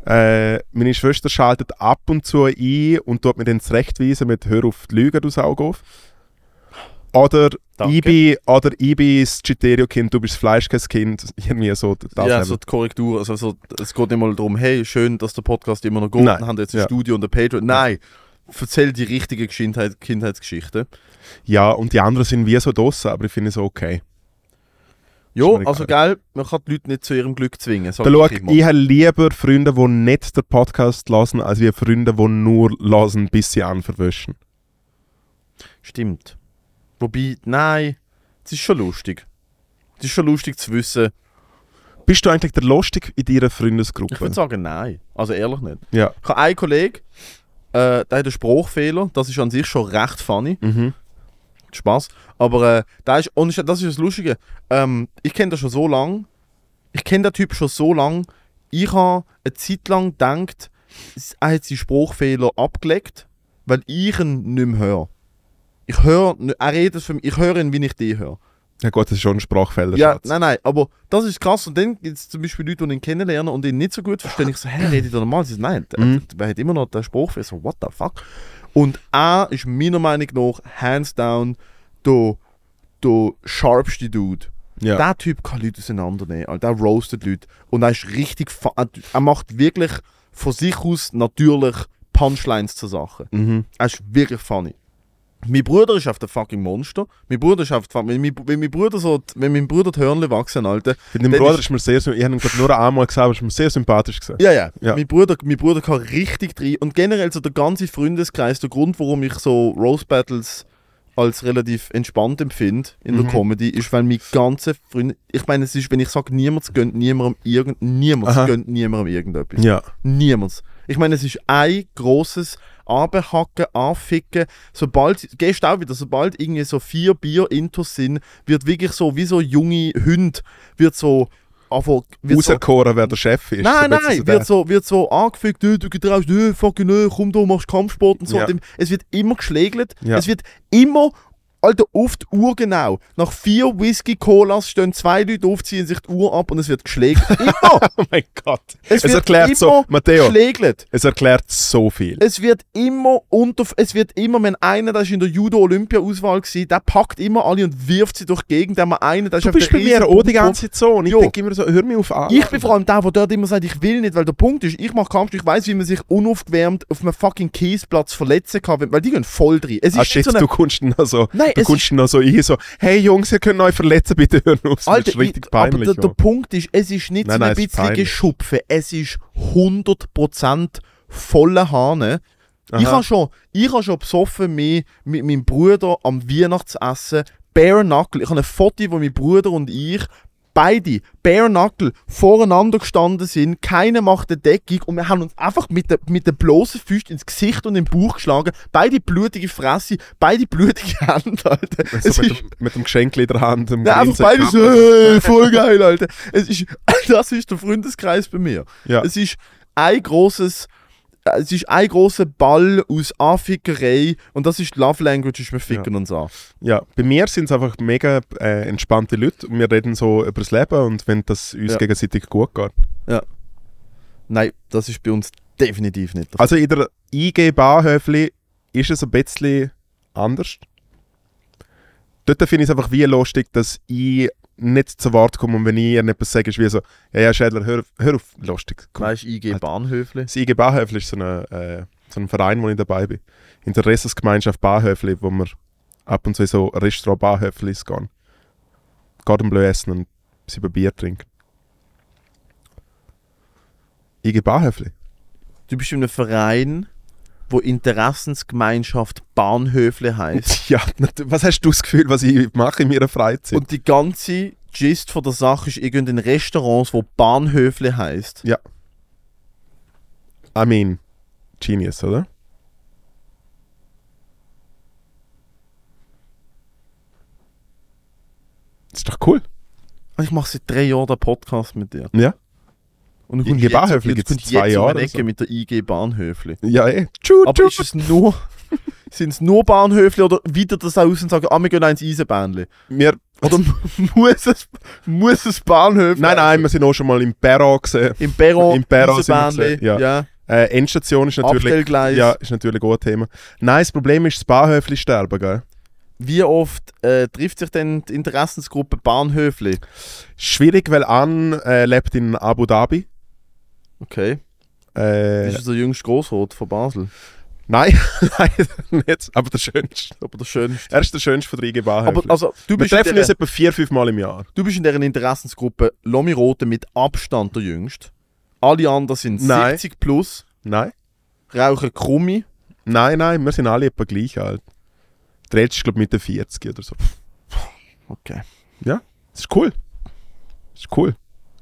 Speaker 2: Äh, meine Schwester schaltet ab und zu ein und tut mir dann zurechtweisen mit «Hör auf die Lüge, du Saugauf». Oder
Speaker 1: Danke.
Speaker 2: ich, bin, oder «Ich bin das Citerio-Kind, du bist das Fleischkäse-Kind». Irgendwie so das
Speaker 1: ja,
Speaker 2: Level.
Speaker 1: so die Korrektur, also, also es geht nicht mal darum, hey, schön, dass der Podcast immer noch gut
Speaker 2: Nein.
Speaker 1: und haben jetzt ein
Speaker 2: Ja.
Speaker 1: Studio und ein Patreon. Nein, erzähl die richtige Kindheit, Kindheitsgeschichte.
Speaker 2: Ja, und die anderen sind wie so draussen, aber ich finde es okay.
Speaker 1: Jo,
Speaker 2: mir egal.
Speaker 1: also geil, man kann die Leute nicht zu ihrem Glück zwingen. sag
Speaker 2: Da schau,
Speaker 1: ich immer.
Speaker 2: ich habe lieber Freunde, die nicht den Podcast lassen, als wir Freunde, die nur lassen, bis sie anverwischen.
Speaker 1: Stimmt. Wobei, nein, es ist schon lustig. Es ist schon lustig zu wissen.
Speaker 2: Bist du eigentlich der Lustig in deiner Freundesgruppe?
Speaker 1: Ich würde sagen, nein. Also ehrlich nicht.
Speaker 2: ja.
Speaker 1: Ich habe einen Kollegen, äh, der hat einen Spruchfehler, das ist an sich schon recht funny.
Speaker 2: Mhm.
Speaker 1: Spaß. Aber äh, da ist, und ich- das ist das Lustige. Ähm, ich kenne das schon so lang. Ich kenne den Typ schon so lang. Ich habe eine Zeit lang gedacht, s- er hat seinen Spruchfehler abgelegt, weil ich ihn nicht mehr höre. Ich höre, n- er redet für mich, ich höre ihn, wie ich dich höre.
Speaker 2: Ja gut, das ist schon ein Sprachfehler.
Speaker 1: Ja,
Speaker 2: Schatz.
Speaker 1: nein, nein, aber das ist krass. Und dann gibt es zum Beispiel Leute, die ihn kennenlernen und ihn nicht so gut verstehen. Ich so, hä, redet er normal? Sie so, nein, der-
Speaker 2: Ah. Mhm.
Speaker 1: der hat immer noch den Spruch für so, what the fuck? Und er ist meiner Meinung nach, hands down, der, der sharpste Dude.
Speaker 2: Ja.
Speaker 1: Der Typ kann Leute auseinandernehmen, also der roastet Leute. Und er ist richtig, fa- er- er macht wirklich von sich aus natürlich Punchlines zu Sachen.
Speaker 2: Mhm.
Speaker 1: Er ist wirklich funny. Mein Bruder ist auf der fucking Monster. Mein Bruder ist auf der wenn, mein- wenn mein Bruder so, wenn mein Bruder die Hörnle wachsen, Alter.
Speaker 2: Mit dem
Speaker 1: Dann
Speaker 2: Bruder
Speaker 1: ist-
Speaker 2: ist mir sehr, symp- ich habe ihn gerade nur einmal gesehen, aber ist mir sehr sympathisch gesehen.
Speaker 1: Ja, ja.
Speaker 2: Ja.
Speaker 1: Mein, Bruder, mein Bruder kann richtig drin. Und generell so der ganze Freundeskreis, der Grund, warum ich so Rose Battles als relativ entspannt empfinde in der
Speaker 2: Mhm.
Speaker 1: Comedy, ist, weil mein ganze Freund. Ich meine, es ist, wenn ich sage, niemand gönnt niemandem irgend, niemand
Speaker 2: Aha.
Speaker 1: gönnt niemandem irgendetwas.
Speaker 2: Ja.
Speaker 1: Niemals. Ich meine, es ist ein großes Abenhacken, Anficken. Sobald, gehst du auch wieder, sobald irgendwie so vier Bier intus sind, wird wirklich so, wie so junge Hunde, wird so. Einfach, wird so
Speaker 2: Auserkoren, wer der Chef ist.
Speaker 1: Nein,
Speaker 2: So ein bisschen
Speaker 1: nein,
Speaker 2: so
Speaker 1: wird
Speaker 2: der-
Speaker 1: so, wird so angefügt, du getraust, äh, du fucking, nö, komm, du machst Kampfsport und so.
Speaker 2: Ja.
Speaker 1: Es wird immer geschlägelt,
Speaker 2: Ja.
Speaker 1: es wird immer Alter, auf die Uhr genau. Nach vier Whisky-Colas stehen zwei Leute auf, ziehen sich die Uhr ab und es wird geschlägt. Immer!
Speaker 2: Oh mein Gott.
Speaker 1: Es,
Speaker 2: Es
Speaker 1: wird
Speaker 2: erklärt
Speaker 1: immer
Speaker 2: so- Matteo.
Speaker 1: geschlägelt.
Speaker 2: Es erklärt so viel.
Speaker 1: Es wird immer unter, es wird immer, wenn einer, der ist in der Judo-Olympia-Auswahl gewesen, der packt immer alle und wirft sie durch die Gegend, dann mal einen, der ist
Speaker 2: Du
Speaker 1: auf
Speaker 2: bist
Speaker 1: der
Speaker 2: bei mir
Speaker 1: riesen
Speaker 2: auch die ganze Zeit so. Und ich
Speaker 1: Jo.
Speaker 2: denke immer so, hör mich auf an.
Speaker 1: Ich bin vor allem der, der dort immer sagt, ich will nicht, weil der Punkt ist, ich mache Kampfsport, ich weiß, wie man sich unaufgewärmt auf einem fucking Kiesplatz verletzen kann, wenn- weil die gehen voll drin. Es ist
Speaker 2: Ah,
Speaker 1: nicht
Speaker 2: shit,
Speaker 1: so eine,
Speaker 2: du kommst noch so,
Speaker 1: Nein,
Speaker 2: du
Speaker 1: es
Speaker 2: kommst noch so ein, so, hey Jungs, ihr könnt euch verletzen, bitte hören auf, das ist
Speaker 1: Alter,
Speaker 2: richtig
Speaker 1: ich, aber
Speaker 2: peinlich.
Speaker 1: der, der
Speaker 2: ja.
Speaker 1: Punkt ist, es ist nicht
Speaker 2: Nein,
Speaker 1: so
Speaker 2: nein,
Speaker 1: ein
Speaker 2: es ist
Speaker 1: bisschen
Speaker 2: peinlich.
Speaker 1: Geschupfe, es ist 100% volle Hahne. Ich
Speaker 2: Aha.
Speaker 1: habe schon, ich habe schon besoffen mich mit meinem Bruder am Weihnachtsessen Bare Knuckle. Ich habe ein Foto, wo mein Bruder und ich beide Bare Knuckle voreinander gestanden sind. Keiner macht eine Deckung und wir haben uns einfach mit der, mit der bloßen Füßen ins Gesicht und im Bauch geschlagen. Beide blutige Fresse, beide blutige Hände, Alter. Es
Speaker 2: so
Speaker 1: ist-
Speaker 2: mit, dem, mit dem Geschenk in der Hand. dem
Speaker 1: Nein, einfach
Speaker 2: Grinsen.
Speaker 1: beide so,
Speaker 2: also.
Speaker 1: hey, voll geil, Alter. Es ist, das ist der Freundeskreis bei mir.
Speaker 2: Ja.
Speaker 1: Es ist ein großes, es ist ein großer Ball aus Anfickerei und das ist die Love Language, ist wir ficken uns an.
Speaker 2: Ja, bei mir sind es einfach mega äh, entspannte Leute und wir reden so über das Leben und wenn das uns
Speaker 1: Ja.
Speaker 2: gegenseitig gut geht.
Speaker 1: Nein, das ist bei uns definitiv nicht. der
Speaker 2: Also in der IG Bahnhöfli ist es ein bisschen anders. Dort finde ich es einfach wie lustig, dass ich nicht zu Wort komme und wenn ich ihr etwas sage, ist wie so, ja, ja, Schädler, hör, hör auf, lustig.
Speaker 1: Fall.
Speaker 2: Komm.
Speaker 1: Weisst, IG Bahnhöfli.
Speaker 2: Das IG Bahnhöfli ist so, eine, äh, so ein Verein, wo ich dabei bin. Interessensgemeinschaft Bahnhöfli, wo wir ab und zu in so Restaurant Bahnhöflis gehen. Garten Bleu essen und sieben Bier trinken. IG Bahnhöfli?
Speaker 1: Du bist in einem Verein, wo Interessensgemeinschaft Bahnhöfli heißt.
Speaker 2: Ja, nat- was hast du das Gefühl, was ich mache in meiner Freizeit?
Speaker 1: Und die ganze Gist von der Sache ist irgendein Restaurant, wo Bahnhöfli heißt.
Speaker 2: ja. I mean, genius, oder? Ist doch cool.
Speaker 1: Ah, Ich mache seit drei Jahren den Podcast mit dir.
Speaker 2: Ja.
Speaker 1: Und du
Speaker 2: IG
Speaker 1: kommst jetzt-
Speaker 2: Bahnhöfli
Speaker 1: jetzt
Speaker 2: gibt's
Speaker 1: kommst du
Speaker 2: zwei
Speaker 1: jetzt um
Speaker 2: Jahre
Speaker 1: eine
Speaker 2: oder
Speaker 1: Ecke
Speaker 2: so.
Speaker 1: mit der IG Bahnhöfli.
Speaker 2: Ja, eh. Tschu,
Speaker 1: Aber
Speaker 2: tschu.
Speaker 1: ist es nur. Sind es nur Bahnhöfli oder wieder das aus und sagen, ah, wir gehen eins Eisenbahnli?
Speaker 2: wir,
Speaker 1: Oder muss es, muss es Bahnhöfli?
Speaker 2: nein, nein, wir sind auch schon mal im Perro gesehen.
Speaker 1: Im Perron,
Speaker 2: Im Perron sind wir
Speaker 1: Eisenbahnli,
Speaker 2: gesehen, ja. Äh, Endstation ist natürlich,
Speaker 1: Abstellgleis.
Speaker 2: ja, ist natürlich auch ein Thema. Nein, das Problem ist, das Bahnhöfli sterben, gell?
Speaker 1: Wie oft äh, trifft sich denn die Interessensgruppe Bahnhöfli?
Speaker 2: Schwierig, weil Anne äh, lebt in Abu Dhabi.
Speaker 1: Okay.
Speaker 2: Äh,
Speaker 1: Das ist der jüngste Grossrot von Basel.
Speaker 2: nein, leider nicht, aber der schönste.
Speaker 1: Aber der schönste.
Speaker 2: Er ist der schönste von der IG Bahnhöfli.
Speaker 1: Aber also, du
Speaker 2: wir
Speaker 1: bist in
Speaker 2: treffen
Speaker 1: dieser-
Speaker 2: uns etwa vier, fünf Mal im Jahr.
Speaker 1: Du bist in deren Interessensgruppe Lomi Rote mit Abstand der Jüngste. Alle anderen sind
Speaker 2: Nein.
Speaker 1: 70 plus,
Speaker 2: Nein,
Speaker 1: rauchen Krummi.
Speaker 2: nein, nein, wir sind alle etwa gleich alt. Der älteste ist, glaube ich, Mitte 40 oder so.
Speaker 1: Okay.
Speaker 2: Das ist cool. Das ist cool.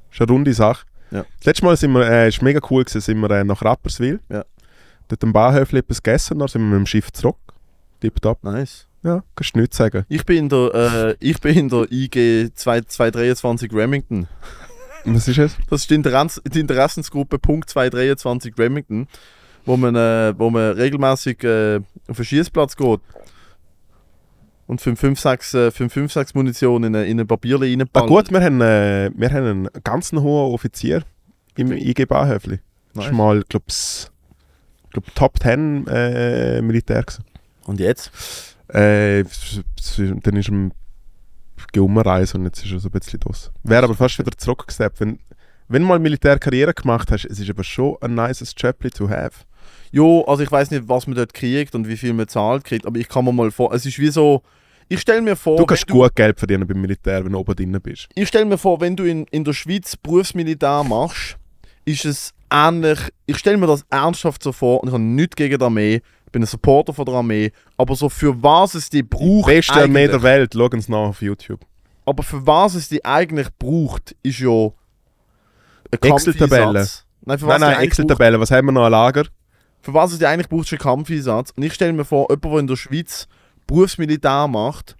Speaker 2: Das ist eine runde Sache.
Speaker 1: Ja.
Speaker 2: Das letzte Mal sind wir, äh, ist mega cool gewesen, sind wir äh, nach Rapperswil.
Speaker 1: Ja.
Speaker 2: Dort am Bahnhöfli etwas gegessen, dann sind wir mit dem Schiff zurück. Tipptopp.
Speaker 1: Nice.
Speaker 2: Ja, kannst du nichts sagen.
Speaker 1: Ich bin in der, äh, ich bin in der IG 2223 Remington.
Speaker 2: Was ist es?
Speaker 1: Das ist die, Interess die Interessensgruppe Punkt 223 Remington, wo man, äh, wo man regelmäßig äh, auf den Schießplatz geht. Und 556 äh, 556 Munition in, eine- in ein Papier
Speaker 2: Ah,
Speaker 1: reinballert.
Speaker 2: gut, wir haben, äh, wir haben einen ganz hohen Offizier im IG Bahnhöfli. Das ist
Speaker 1: Nice.
Speaker 2: mal, glaube ich, glaub, Top 10 äh, Militär gewesen.
Speaker 1: Und jetzt?
Speaker 2: Äh, s- s- dann ist er geumreist und jetzt ist er so ein bisschen los. Wäre aber fast wieder zurückgesteppt. Wenn, wenn du mal Militärkarriere gemacht hast, es ist aber schon ein nices Chapli to have.
Speaker 1: Jo, also ich weiß nicht, was man dort kriegt und wie viel man zahlt kriegt, aber ich kann mir mal vor, es ist wie so, ich stelle mir vor,
Speaker 2: Du kannst
Speaker 1: Oh, wenn
Speaker 2: gut Geld verdienen beim Militär, wenn du oben drin bist.
Speaker 1: ich stelle mir vor, wenn du in, in der Schweiz Berufsmilitär machst, ist es ähnlich, ich stelle mir das ernsthaft so vor und ich habe nichts gegen die Armee, ich bin ein Supporter von der Armee, aber so für was es die braucht
Speaker 2: Beste Armee
Speaker 1: eigentlich,
Speaker 2: der Welt, schau uns nach auf YouTube.
Speaker 1: aber für was es die eigentlich braucht, ist ja ein
Speaker 2: Excel-Tabelle.
Speaker 1: Kampfeinsatz. Nein, für
Speaker 2: Nein,
Speaker 1: was die
Speaker 2: nein,
Speaker 1: eigentlich braucht-
Speaker 2: Excel-Tabelle, was haben wir noch an Lager?
Speaker 1: für was es ja eigentlich braucht, ist ein Kampfeinsatz. Und ich stelle mir vor, jemand, der in der Schweiz Berufsmilitär macht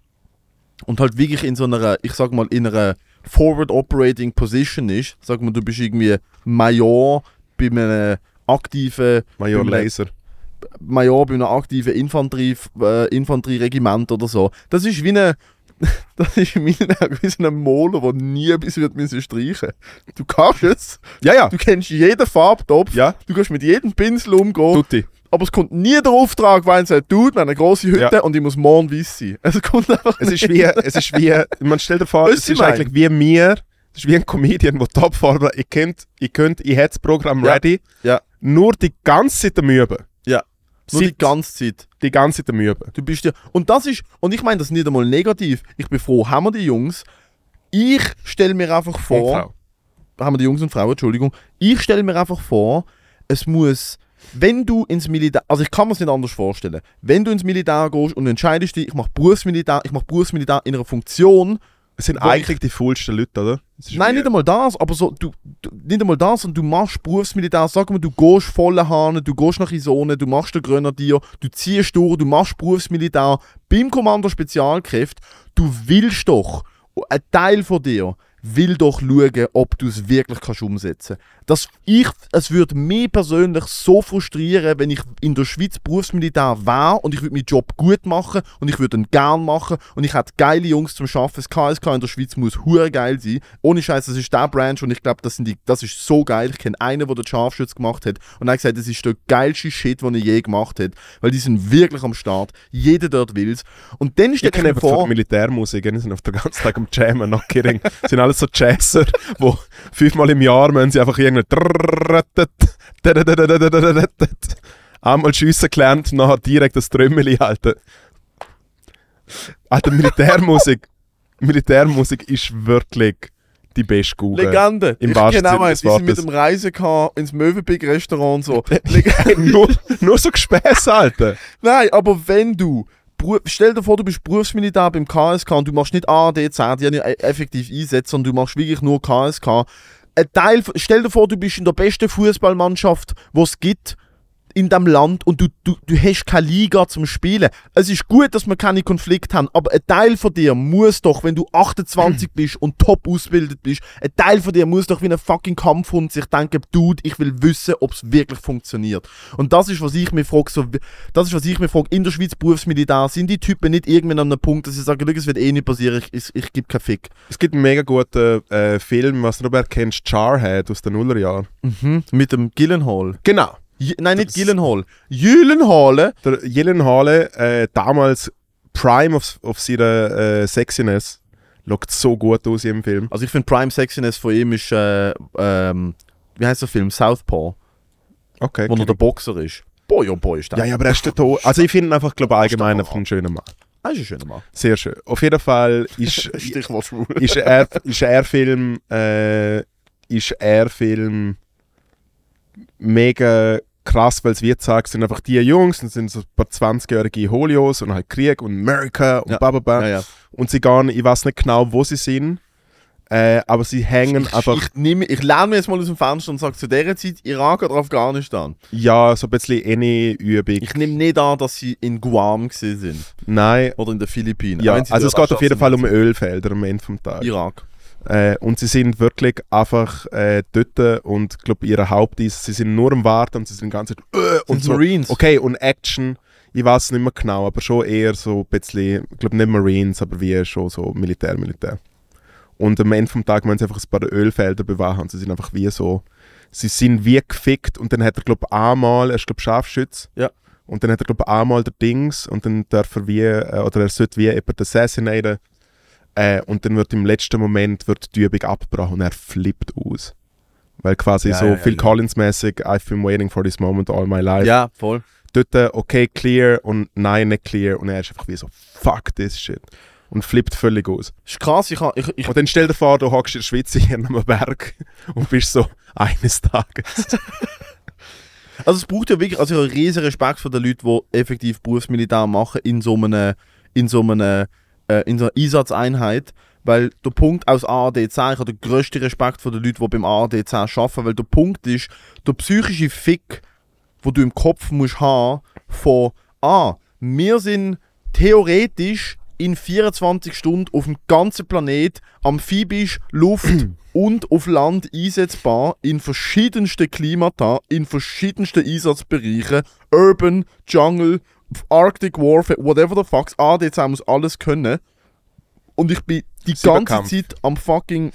Speaker 1: und halt wirklich in so einer, ich sag mal, in einer Forward Operating Position ist, sag mal, du bist irgendwie Major bei einem aktiven
Speaker 2: Major
Speaker 1: Bei mir.
Speaker 2: Laser.
Speaker 1: Major bei einem aktiven Infanterie, äh, Infanterieregiment oder so. Das ist wie eine. Das ist in meinen Augen wie so ein Moler, der nie etwas wird müssen streichen Du kannst es.
Speaker 2: Ja, ja.
Speaker 1: Du kennst jeden Farbtopf.
Speaker 2: Ja.
Speaker 1: Du kannst mit jedem Pinsel umgehen.
Speaker 2: Tutti.
Speaker 1: aber es kommt nie der Auftrag, weil es sagt, Dude, wir haben eine grosse Hütte
Speaker 2: Ja.
Speaker 1: und ich muss morgen weiß sein. Es kommt einfach
Speaker 2: Es
Speaker 1: nicht.
Speaker 2: ist wie, es ist wie, man stellt dir vor,
Speaker 1: Weißt
Speaker 2: es
Speaker 1: du,
Speaker 2: ist
Speaker 1: mein?
Speaker 2: eigentlich wie mir, es ist wie ein Comedian, der top fordert, ich könnt, ich könnt, ich hätte das Programm
Speaker 1: Ja.
Speaker 2: ready,
Speaker 1: Ja.
Speaker 2: nur die ganze Zeit am Üben.
Speaker 1: Ja. Nur die
Speaker 2: Seit-
Speaker 1: ganze Zeit.
Speaker 2: Die ganze Zeit am Üben.
Speaker 1: Du bist ja. Und das ist. Und ich meine das nicht einmal negativ. Ich bin froh, haben wir die Jungs. Ich stelle mir einfach vor.
Speaker 2: Und Frau.
Speaker 1: haben wir die Jungs und Frauen, Entschuldigung. Ich stelle mir einfach vor, es muss, wenn du ins Militär, also ich kann mir es nicht anders vorstellen, wenn du ins Militär gehst und entscheidest dich, ich mache Berufsmilitär, ich mache Berufsmilitär in einer Funktion,
Speaker 2: Es sind
Speaker 1: Wo ich-
Speaker 2: eigentlich die vollsten Leute, oder? Es ist
Speaker 1: nein,
Speaker 2: wie-
Speaker 1: nicht einmal das, aber so, du, du nicht einmal das, und du machst Berufsmilitär, sag mal, du gehst volle Hahn, du gehst nach Isone, du machst den Grenadier, du ziehst durch, du machst Berufsmilitär beim Kommando Spezialkräfte, du willst doch, ein Teil von dir will doch schauen, ob du es wirklich kannst umsetzen kannst. Ich, es würde mich persönlich so frustrieren, wenn ich in der Schweiz Berufsmilitär wäre und ich würde meinen Job gut machen und ich würde ihn gern machen und ich hätte geile Jungs zum Schaffen. Das KSK in der Schweiz muss hure geil sein. Ohne Scheiß, das ist der Branch und ich glaube, das, sind die- das ist so geil. Ich kenne einen, der den Scharfschütz gemacht hat und er hat gesagt, das ist der geilste Shit, den er je gemacht hat, weil die sind wirklich am Start. Jeder dort will es. Und dann
Speaker 2: Ich
Speaker 1: stelle ich
Speaker 2: kenne
Speaker 1: mir
Speaker 2: einfach von
Speaker 1: vor...
Speaker 2: Militärmusik, die sind auf den ganzen Tag am Jammen, Nackering. sind alles so Jazzer, wo fünfmal im Jahr müssen sie einfach irgendein einmal schiessen gelernt, nachher direkt das Trümmeli halten. Alter, Militärmusik, Militärmusik ist wirklich die beste Google.
Speaker 1: Legende.
Speaker 2: Im
Speaker 1: ich
Speaker 2: wahrsten
Speaker 1: genau
Speaker 2: Sinne
Speaker 1: eins.
Speaker 2: des
Speaker 1: Die sind mit
Speaker 2: Wortes.
Speaker 1: dem Reisen gehabt, ins Mövenpick Restaurant und so.
Speaker 2: nur, nur so Gespäß, Alter.
Speaker 1: Nein, aber wenn du. Beru- Stell dir vor, du bist Berufsmilitär beim KSK und du machst nicht A, D, C, die nicht e-, effektiv einsetzen, sondern du machst wirklich nur KSK. Ein Teil, von- stell dir vor, du bist in der besten Fußballmannschaft, die es gibt in dem Land und du, du, du hast keine Liga zum Spielen. Es ist gut, dass wir keine Konflikte haben, aber ein Teil von dir muss doch, wenn du 28 bist und top ausgebildet bist, ein Teil von dir muss doch wie ein fucking Kampfhund sich denken, Dude, ich will wissen, ob es wirklich funktioniert. Und das ist, was ich mir frage, so, wie- das ist, was ich mir frage, in der Schweiz Berufsmilitär, sind die Typen nicht irgendwann an einem Punkt, dass sie sagen, «Schau, es wird eh nicht passieren, ich, ich, ich gebe keinen Fick.
Speaker 2: Es gibt einen mega guten äh, Film, was du noch erkennst, Charhead aus den Nullerjahren.
Speaker 1: Mit dem Gillenhall.
Speaker 2: Genau.
Speaker 1: J Nein, nicht
Speaker 2: Das-
Speaker 1: Gillenhall. Jülenhale.
Speaker 2: Der Jelen Hale, äh, damals Prime auf, auf seiner äh, Sexiness, schaut so gut aus in dem Film.
Speaker 1: Also ich finde Prime Sexiness von ihm ist, äh, ähm, wie heißt der Film? Southpaw,
Speaker 2: Okay.
Speaker 1: wo er der Boxer ist. Boy, oh boy, ist der.
Speaker 2: ja, ja, aber er steht da. Also ich finde ihn einfach global allgemein einfach einen schönen Mann.
Speaker 1: Das Ah, ist ein schöner Mann.
Speaker 2: Sehr schön. Auf jeden Fall ist,
Speaker 1: Stichwort schwul.
Speaker 2: ist er ist er Film äh, ist er Film mega krass, weil es wie gesagt sind einfach die Jungs, und sind so ein paar 20-jährige Holios und halt Krieg und America und
Speaker 1: Ja.
Speaker 2: bla bla bla.
Speaker 1: Ja, ja.
Speaker 2: Und sie gehen, ich weiß nicht genau, wo sie sind, äh, aber sie hängen einfach,
Speaker 1: Ich, nehme, ich lerne mir jetzt mal aus dem Fenster und sage zu dieser Zeit Irak oder Afghanistan.
Speaker 2: ja, so ein bisschen eine Übung.
Speaker 1: Ich nehme nicht an, dass sie in Guam gewesen sind.
Speaker 2: Nein,
Speaker 1: Oder in den Philippinen.
Speaker 2: ja,
Speaker 1: Auch wenn sie
Speaker 2: also es
Speaker 1: dort
Speaker 2: geht auf jeden Fall
Speaker 1: abgeschossen
Speaker 2: um Ölfelder am Ende vom Tag.
Speaker 1: wurden. Irak.
Speaker 2: Äh, und sie sind wirklich einfach äh, dort und ich glaube, ihr Haupt ist, sie sind nur am Warten und sie sind die ganze Zeit äh, und
Speaker 1: Sind
Speaker 2: so.
Speaker 1: Marines.
Speaker 2: Okay, und Action, ich weiß es nicht mehr genau, aber schon eher so ein bisschen, ich glaube nicht Marines, aber wie schon so Militär, Militär. Und am Ende vom Tag müssen sie einfach ein paar Ölfelder bewachen und sie sind einfach wie so, sie sind wie gefickt und dann hat er glaube einmal, er ist glaube Scharfschütz.
Speaker 1: Ja.
Speaker 2: Und dann hat er glaube einmal der Dings und dann darf er wie, äh, oder er sollte wie jemanden assassinieren. Äh, und dann wird im letzten Moment wird die Übung abgebrochen und er flippt aus. Weil quasi
Speaker 1: Ja,
Speaker 2: so
Speaker 1: ja, ja,
Speaker 2: Phil
Speaker 1: ja.
Speaker 2: Collins-mäßig, I've been waiting for this moment all my life.
Speaker 1: Ja, voll.
Speaker 2: Dort, okay, clear und nein, nicht clear. Und er ist einfach wie so, fuck this shit. Und flippt völlig aus.
Speaker 1: Ist krass, ich, ha- ich, ich
Speaker 2: Und dann stell dir vor, du hockst in der Schweiz hier an einem Berg und bist so, eines Tages.
Speaker 1: Also es braucht ja wirklich, also ich habe riesen Respekt vor den Leuten, die effektiv Berufsmilitär machen in so einer, in so einer, äh, in so einer Einsatzeinheit. Weil der Punkt aus AAD 10, ich habe den grössten Respekt vor den Leuten, die beim AAD 10 arbeiten, weil der Punkt ist, der psychische Fick, wo du im Kopf musst haben, von, ah, wir sind theoretisch in 24 Stunden auf dem ganzen Planet amphibisch, Luft und auf Land einsetzbar in verschiedensten Klimata, in verschiedensten Einsatzbereichen, Urban, Jungle, Arctic Warfare, whatever the fuck, Ah, ADC muss alles können. Und ich bin die ganze
Speaker 2: Cyberkampf.
Speaker 1: Zeit am fucking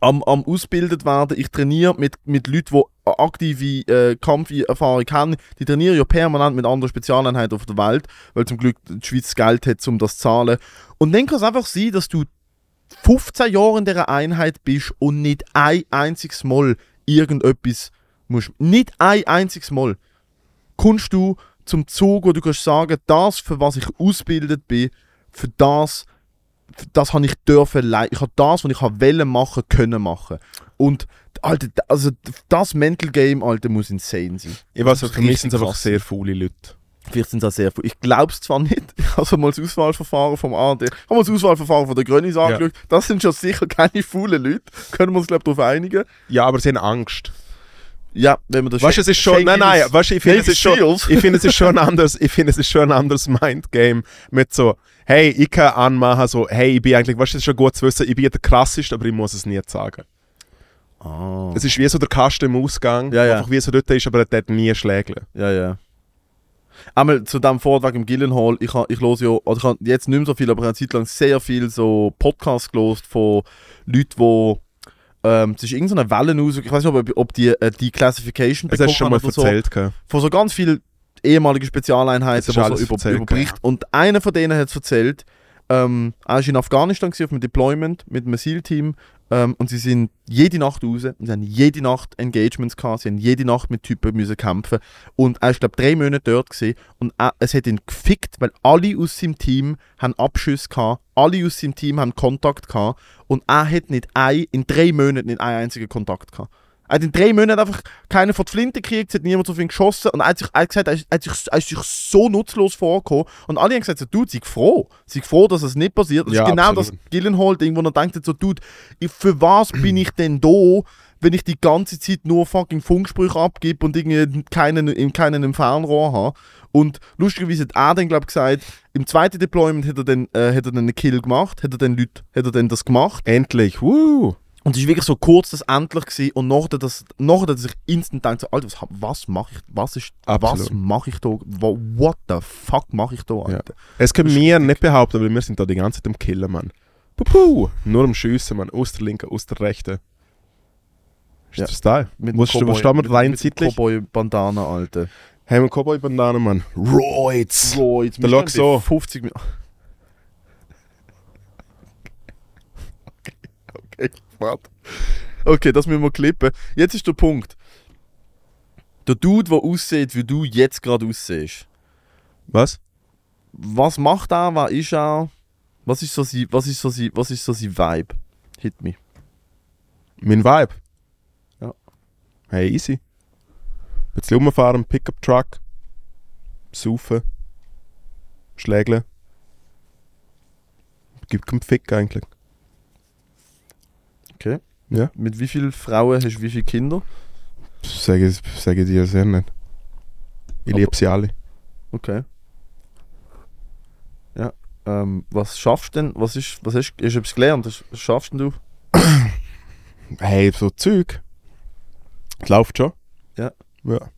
Speaker 1: am, am ausgebildet werden. Ich trainiere mit, mit Leuten, die aktive äh, Kampferfahrung haben. Die trainiere ja permanent mit anderen Spezialeinheiten auf der Welt, weil zum Glück die Schweiz das Geld hat, um das zu zahlen. Und dann kann es einfach sein, dass du 15 Jahre in dieser Einheit bist und nicht ein einziges Mal irgendetwas musst. Nicht ein einziges Mal kommst du zum Zug, wo du kannst sagen, das, für was ich ausgebildet bin, für das das habe ich dürfen lei- ich habe das was ich habe wollen machen können machen und Alter, d- also d- das Mental Game Alter muss insane sein
Speaker 2: Ich weiß
Speaker 1: Das
Speaker 2: auch,
Speaker 1: ist
Speaker 2: für mich sind
Speaker 1: richtig
Speaker 2: es einfach
Speaker 1: krass.
Speaker 2: sehr faule Leute.
Speaker 1: vielleicht sind es auch sehr viele ich glaube es zwar nicht ich habe mal das Auswahlverfahren vom AD ich habe mal das Auswahlverfahren von der Grönis angeschaut das sind schon sicher keine faulen Leute können wir uns glaube ich darauf einigen
Speaker 2: Ja, aber sie haben Angst.
Speaker 1: ja wenn man das
Speaker 2: Weißt du, es ist schon. Nein, nein, weißt du, ich finde, es ist schon.
Speaker 1: Shields.
Speaker 2: Ich finde, es ist schon ein anderes, ich finde, es ist schon ein anderes Mindgame mit so, hey, ich kann anmachen, so, hey, ich bin eigentlich, weißt du, es ist schon gut zu wissen, ich bin ja der krasseste, aber ich muss es nie sagen.
Speaker 1: ah.
Speaker 2: Es ist wie so der Kasten im Ausgang,
Speaker 1: Ja, ja.
Speaker 2: einfach wie es dort ist, aber er hat nie Schlägle.
Speaker 1: Ja, ja. Einmal zu dem Vortrag im Gillenhall, ich, ha- ich los ja, also ich habe jetzt nicht mehr so viel, aber ich habe eine Zeit lang sehr viel so Podcasts gelost von Leuten, die ähm, es ist irgendeine Welle raus, ich weiß nicht, ob, ob die äh, die Classification
Speaker 2: Das Also hast du schon
Speaker 1: haben
Speaker 2: mal
Speaker 1: oder so,
Speaker 2: erzählt. gell?
Speaker 1: von so ganz vielen ehemaligen Spezialeinheiten,
Speaker 2: Das ist
Speaker 1: die so
Speaker 2: alles
Speaker 1: über,
Speaker 2: erzählt,
Speaker 1: überbricht. Und einer von denen hat es erzählt, ähm, er war in Afghanistan gewesen, auf einem Deployment mit einem SEAL-Team ähm, und sie sind jede Nacht raus und sie haben jede Nacht Engagements gehabt, sie haben jede Nacht mit Typen müssen kämpfen und er ist glaube drei Monate dort gewesen, und er, es hat ihn gefickt, weil alle aus seinem Team haben Abschüsse gehabt, alle aus seinem Team haben Kontakt gehabt und er hat nicht ein, in drei Monaten nicht einen einzigen Kontakt gehabt. Er hat in drei Monaten einfach keinen von der Flinte gekriegt, es hat niemand auf ihn geschossen und er hat, sich, er hat gesagt, er, ist- er, hat sich, er ist sich so nutzlos vorgekommen und alle haben gesagt, so, du, sei froh, sei froh, dass es das nicht passiert. Das
Speaker 2: Ja,
Speaker 1: ist genau
Speaker 2: absolut.
Speaker 1: das Gillenhall-Ding, wo er denkt, so, Dude, ich, für was bin ich denn da, wenn ich die ganze Zeit nur fucking Funksprüche abgebe und irgendwie keinen, keinen im Fernrohr habe? Und lustigerweise hat er dann, glaube ich, gesagt, im zweiten Deployment hat er dann, äh, hat er dann einen Kill gemacht, hat er dann Leute, hat er dann das gemacht.
Speaker 2: Endlich, wuh!
Speaker 1: Und es war wirklich so kurz, dass endlich war und nachher, dass, nachher dass ich instant denkt, so, Alter, was, hab- was mache ich, was ist, was
Speaker 2: Absolut.
Speaker 1: mache ich da, Wo- what the fuck mache ich da, Alter?
Speaker 2: Es können wir nicht behaupten, weil wir sind da die ganze Zeit am Killen, Mann. Pupu! Nur am Schiessen, Mann. Aus der linken, aus der rechten. Ist
Speaker 1: Ja.
Speaker 2: der Style.
Speaker 1: Mit
Speaker 2: Was
Speaker 1: dem Cowboy-
Speaker 2: stehen wir rein
Speaker 1: mit dem
Speaker 2: zeitlich?
Speaker 1: Cowboy-Bandana, Alter.
Speaker 2: Haben wir Cowboy-Bandana, Mann. Roids!
Speaker 1: So, jetzt
Speaker 2: Der
Speaker 1: müssen
Speaker 2: lag
Speaker 1: wir bei
Speaker 2: so.
Speaker 1: 50 Minuten. Okay, okay, warte. Okay, das müssen wir klippen. Jetzt ist der Punkt. Der Dude, der aussieht, wie du jetzt gerade aussiehst,
Speaker 2: Was?
Speaker 1: was macht er, was ist er, was ist so sein, was ist so sein, was ist so sein Vibe? Hit me.
Speaker 2: Mein Vibe?
Speaker 1: Ja.
Speaker 2: Hey, easy. Ein bisschen rumfahren, Pickup-Truck. Saufen. Schlägeln. Gibt keinen Fick eigentlich.
Speaker 1: Okay.
Speaker 2: Ja.
Speaker 1: Mit wie vielen Frauen hast du wie viele Kinder?
Speaker 2: Sage, sage dir sehr nicht. Ich
Speaker 1: Aber-
Speaker 2: liebe sie alle.
Speaker 1: Okay. Ja. Ähm, was schaffst du denn? Was ist, was hast, hast du etwas gelernt? Was schaffst denn du?
Speaker 2: Hey, so Zeug. Das läuft schon.
Speaker 1: Ja.
Speaker 2: ja.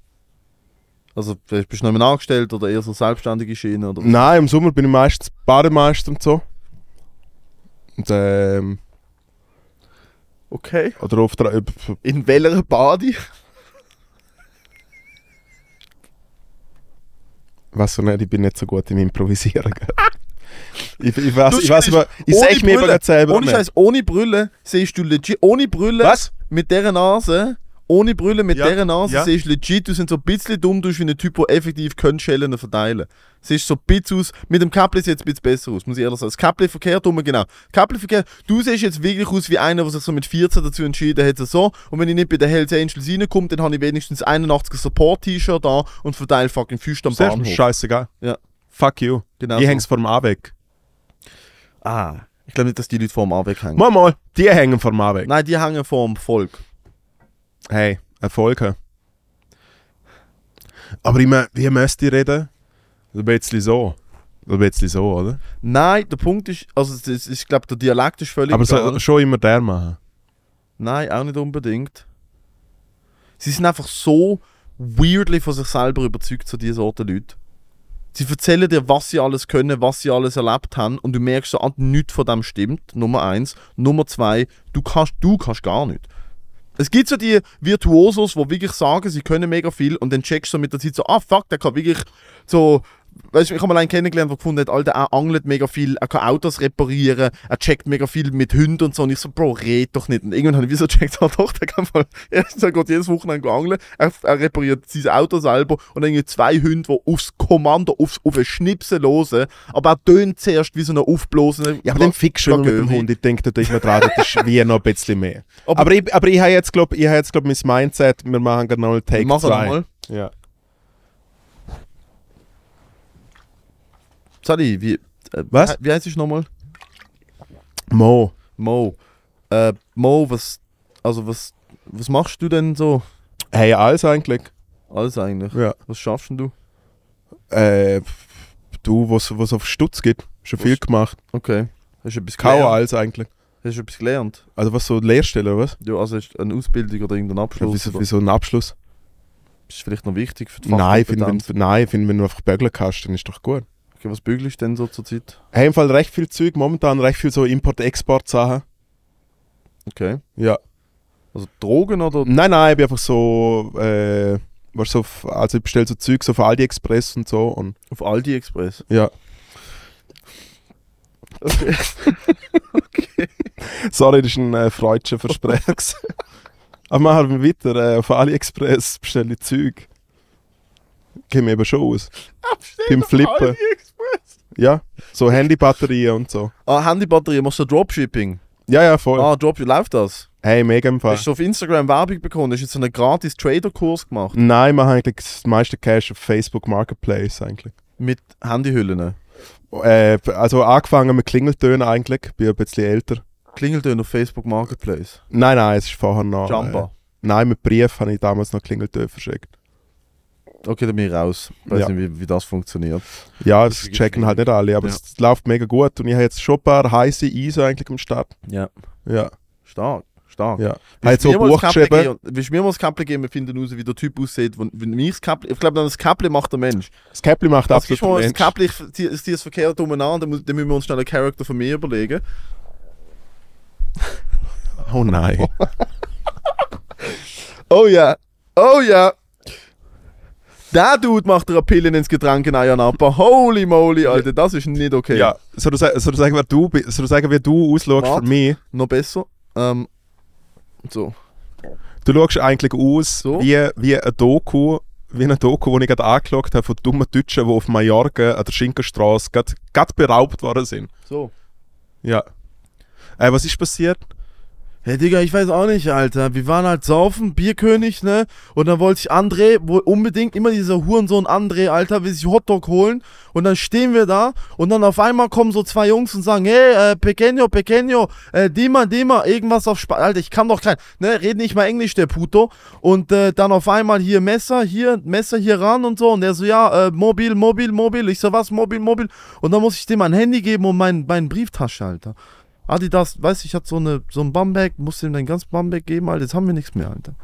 Speaker 1: Also vielleicht bist du noch mal angestellt oder eher so selbstständige Schiene oder
Speaker 2: Nein, im Sommer bin ich meistens Bademeister und so. Und, ähm,
Speaker 1: Okay.
Speaker 2: oder auf der, ob- ob-
Speaker 1: In welcher Body?
Speaker 2: weiss ich nicht, ich bin nicht so gut im Improvisieren. gell. ich, ich
Speaker 1: Du
Speaker 2: weiß, Also, ich weiß, aber ich
Speaker 1: ohne
Speaker 2: sehe mich
Speaker 1: Brille.
Speaker 2: eben grad selber
Speaker 1: Ohne
Speaker 2: nicht.
Speaker 1: Scheiß, ohne Brille siehst du legit, ohne Brille
Speaker 2: Was?
Speaker 1: mit dieser Nase, ohne Brille mit
Speaker 2: Ja,
Speaker 1: dieser Nase
Speaker 2: ja.
Speaker 1: siehst du legit, du sind so ein bisschen dumm, du bist wie ein Typ, der effektiv können Schellen verteilen Siehst so ein bisschen aus, mit dem Kappli sieht es ein bisschen besser aus, muss ich ehrlich sagen. Das Kappli verkehrt rum, genau. Kappli verkehrt, du siehst jetzt wirklich aus wie einer, der sich so mit 14 dazu entschieden hat, so, und wenn ich nicht bei den Hells Angels reinkomme, dann habe ich wenigstens 81 Support-T-Shirt da und verteile fucking Füße am
Speaker 2: Sehr
Speaker 1: Bahnhof.
Speaker 2: scheißegal.
Speaker 1: Ja.
Speaker 2: Fuck you.
Speaker 1: Genau
Speaker 2: ich
Speaker 1: so.
Speaker 2: häng's vom A weg.
Speaker 1: Ah, ich glaube nicht, dass die Leute vor dem Arbeit hängen.
Speaker 2: Mal, mal, die hängen vom A weg.
Speaker 1: Nein, die hängen vor dem Volk.
Speaker 2: Hey, Erfolge. Aber ich mein, wie müsst ihr reden? So Ein bisschen so. Ein bisschen so, oder?
Speaker 1: Nein, der Punkt ist, also es ist, ich glaube, der Dialekt ist völlig
Speaker 2: Aber so,
Speaker 1: egal.
Speaker 2: schon immer der machen.
Speaker 1: Nein, auch nicht unbedingt. Sie sind einfach so weirdly von sich selber überzeugt, so diese Sorte Leute. Sie erzählen dir, was sie alles können, was sie alles erlebt haben und du merkst so, ah, nichts von dem stimmt, Nummer eins. Nummer zwei, du kannst, du kannst gar nicht. Es gibt so die Virtuosos, die wirklich sagen, sie können mega viel und dann checkst du mit der Zeit so, ah fuck, der kann wirklich so, weißt du, ich habe mal einen kennengelernt, der gefunden hat, Alter, er angelt mega viel, er kann Autos reparieren, er checkt mega viel mit Hunden und so und ich so, Bro, red doch nicht. Und irgendwann habe ich wieso checkt, ah doch, der kann mal, erstens, er geht jedes Wochenende angeln, er, er repariert sein Auto selber und dann irgendwie zwei Hunde, die aufs Kommando, aufs, auf einen Schnipsen losen, aber er tönt zuerst wie so eine aufblosene...
Speaker 2: Ja, aber dann fickst du immer mit dem
Speaker 1: Glocke.
Speaker 2: Hund. Ich denke, da ist man dran, das ist wie noch ein bisschen mehr.
Speaker 1: Aber-
Speaker 2: Aber, ich, aber ich habe jetzt, glaube ich, hab jetzt, glaub, mein Mindset, wir machen gerade noch einen Take
Speaker 1: Mach
Speaker 2: 2.
Speaker 1: nochmal.
Speaker 2: Ja.
Speaker 1: Sally, wie... Äh,
Speaker 2: Was?
Speaker 1: Wie heißt es nochmal?
Speaker 2: Mo.
Speaker 1: Mo, äh, Mo, was, also was, was machst du denn so
Speaker 2: Hey, alles eigentlich.
Speaker 1: alles eigentlich?
Speaker 2: Ja.
Speaker 1: Was schaffst denn du?
Speaker 2: Äh, du, was, was auf Stutz gibt, schon viel gemacht.
Speaker 1: Okay. Hast du etwas
Speaker 2: Kaum
Speaker 1: gelernt?
Speaker 2: alles eigentlich.
Speaker 1: Hast du etwas gelernt?
Speaker 2: Also was so Lehrstelle, oder was?
Speaker 1: Ja, also hast du eine Ausbildung oder irgendeinen Abschluss?
Speaker 2: Wieso,
Speaker 1: oder-
Speaker 2: wieso ein Abschluss?
Speaker 1: Ist vielleicht noch wichtig für die
Speaker 2: Nein, ich finde, wenn,
Speaker 1: Fachkompetenz.
Speaker 2: nein, ich finde, wenn du einfach Bögeln kannst, dann ist doch gut.
Speaker 1: Okay, was bügelst du denn so zur Zeit?
Speaker 2: Hey, im Fall recht viel Zeug, momentan recht viel so Import-Export-Sachen.
Speaker 1: Okay.
Speaker 2: Ja.
Speaker 1: Also Drogen oder?
Speaker 2: Nein, nein, ich bin einfach so, äh, weißt, so f- also ich bestelle so Zeug so von AliExpress und so und
Speaker 1: Auf Aldi Express.
Speaker 2: ja.
Speaker 1: Okay.
Speaker 2: Sorry, das ist ein äh, freudscher Versprecher. gewesen. Aber machen wir weiter, äh, auf AliExpress bestelle ich Zeug. Gehen wir eben schon aus. Beim Flippen.
Speaker 1: AliExpress.
Speaker 2: Ja, so Handybatterien und so.
Speaker 1: Ah, Handybatterie, machst du Dropshipping?
Speaker 2: Ja, ja, voll.
Speaker 1: Ah, Dropshipping, läuft das?
Speaker 2: Hey, mega im Fall.
Speaker 1: Hast du auf Instagram Werbung bekommen? Hast du jetzt so einen gratis Trader-Kurs gemacht?
Speaker 2: Nein, wir haben eigentlich das meiste Cash auf Facebook Marketplace eigentlich.
Speaker 1: Mit Handyhüllen?
Speaker 2: Äh, also angefangen mit Klingeltönen eigentlich, bin ein bisschen älter.
Speaker 1: Klingeltöne auf Facebook Marketplace.
Speaker 2: Nein, nein, es ist vorher noch... Äh,
Speaker 1: Jumper.
Speaker 2: Nein, mit Brief habe ich damals noch Klingeltöne verschickt.
Speaker 1: Okay, dann bin ich raus. Ich weiß
Speaker 2: Ja.
Speaker 1: nicht, wie, wie das funktioniert.
Speaker 2: Ja,
Speaker 1: Das
Speaker 2: das
Speaker 1: ist
Speaker 2: checken halt nicht alle, aber
Speaker 1: Ja.
Speaker 2: es läuft mega gut und ich habe jetzt schon ein paar heiße Eisen eigentlich am Start.
Speaker 1: Ja.
Speaker 2: Ja,
Speaker 1: Stark, stark.
Speaker 2: ja. Ich habe jetzt so ein Buch geschrieben.
Speaker 1: Willst du mir mal das Käppli geben? Wir finden raus, wie der Typ aussieht. Wenn, wenn ich das Käppli, ich glaube, dann das Käppli macht der Mensch.
Speaker 2: Das Käppli macht
Speaker 1: Das ist
Speaker 2: absolut
Speaker 1: mal das
Speaker 2: Mensch.
Speaker 1: Käppli, ich ziehe zieh das verkehrt umeinander, dann, muss- dann müssen wir uns schnell einen Charakter von mir überlegen.
Speaker 2: Oh nein.
Speaker 1: Oh ja, oh ja. Der Dude macht dir eine Pille ins Getränk in Ayanapa. Holy moly, Alter, das ist nicht okay.
Speaker 2: Ja, soll du, sa- soll du sagen, wer du bist? Soll du sagen, wie du ausschaust für
Speaker 1: Warte.
Speaker 2: mich?
Speaker 1: Noch besser. Ähm, so.
Speaker 2: Du schaust eigentlich aus
Speaker 1: So?
Speaker 2: wie, wie ein Doku, wie ein Doku, die ich gerade angeschaut habe von dummen Deutschen, die auf Mallorca an der Schinkenstraße gerade gerade beraubt worden sind.
Speaker 1: So.
Speaker 2: Ja. Äh, was ist passiert?
Speaker 1: Hey Digga, ich weiß auch nicht, Alter. Wir waren halt saufen, Bierkönig, ne? Und dann wollte ich André, wo unbedingt immer dieser Hurensohn André, Alter, will sich Hotdog holen. Und dann stehen wir da und dann auf einmal kommen so zwei Jungs und sagen, hey, äh, Pequeño, Pequeño, äh, Dima, Dima, irgendwas auf Spanisch. Alter, ich kann doch kein, ne? Red nicht mal Englisch, der Puto. Und äh, dann auf einmal hier Messer, hier, Messer hier ran und so. Und der so, ja, äh, mobil, mobil, mobil. Ich so, was, mobil, mobil. Und dann muss ich dem ein Handy geben und mein, mein Brieftasche, Alter. Adidas, weiß ich, hat so, eine, so ein Bumback, musste ihm dein ganz Bumback geben, Alter. Jetzt haben wir nichts mehr, Alter.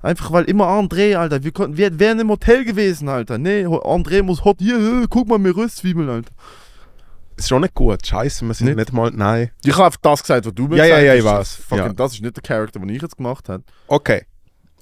Speaker 1: Einfach weil immer André, Alter. Wir, konnten, wir wären im Hotel gewesen, Alter. Nee, Ho- André muss hot. Hier, hier guck mal, mir Röstzwiebeln, Alter.
Speaker 2: Ist schon nicht gut. Scheiße, wir sind
Speaker 1: Nicht?
Speaker 2: nicht, mal. Nein.
Speaker 1: Ich habe das gesagt, was du mir
Speaker 2: Ja, ja,
Speaker 1: gesagt
Speaker 2: ja, ich
Speaker 1: hast.
Speaker 2: weiß.
Speaker 1: Fucking,
Speaker 2: Ja.
Speaker 1: Das ist nicht der Charakter, den ich jetzt gemacht habe.
Speaker 2: Okay.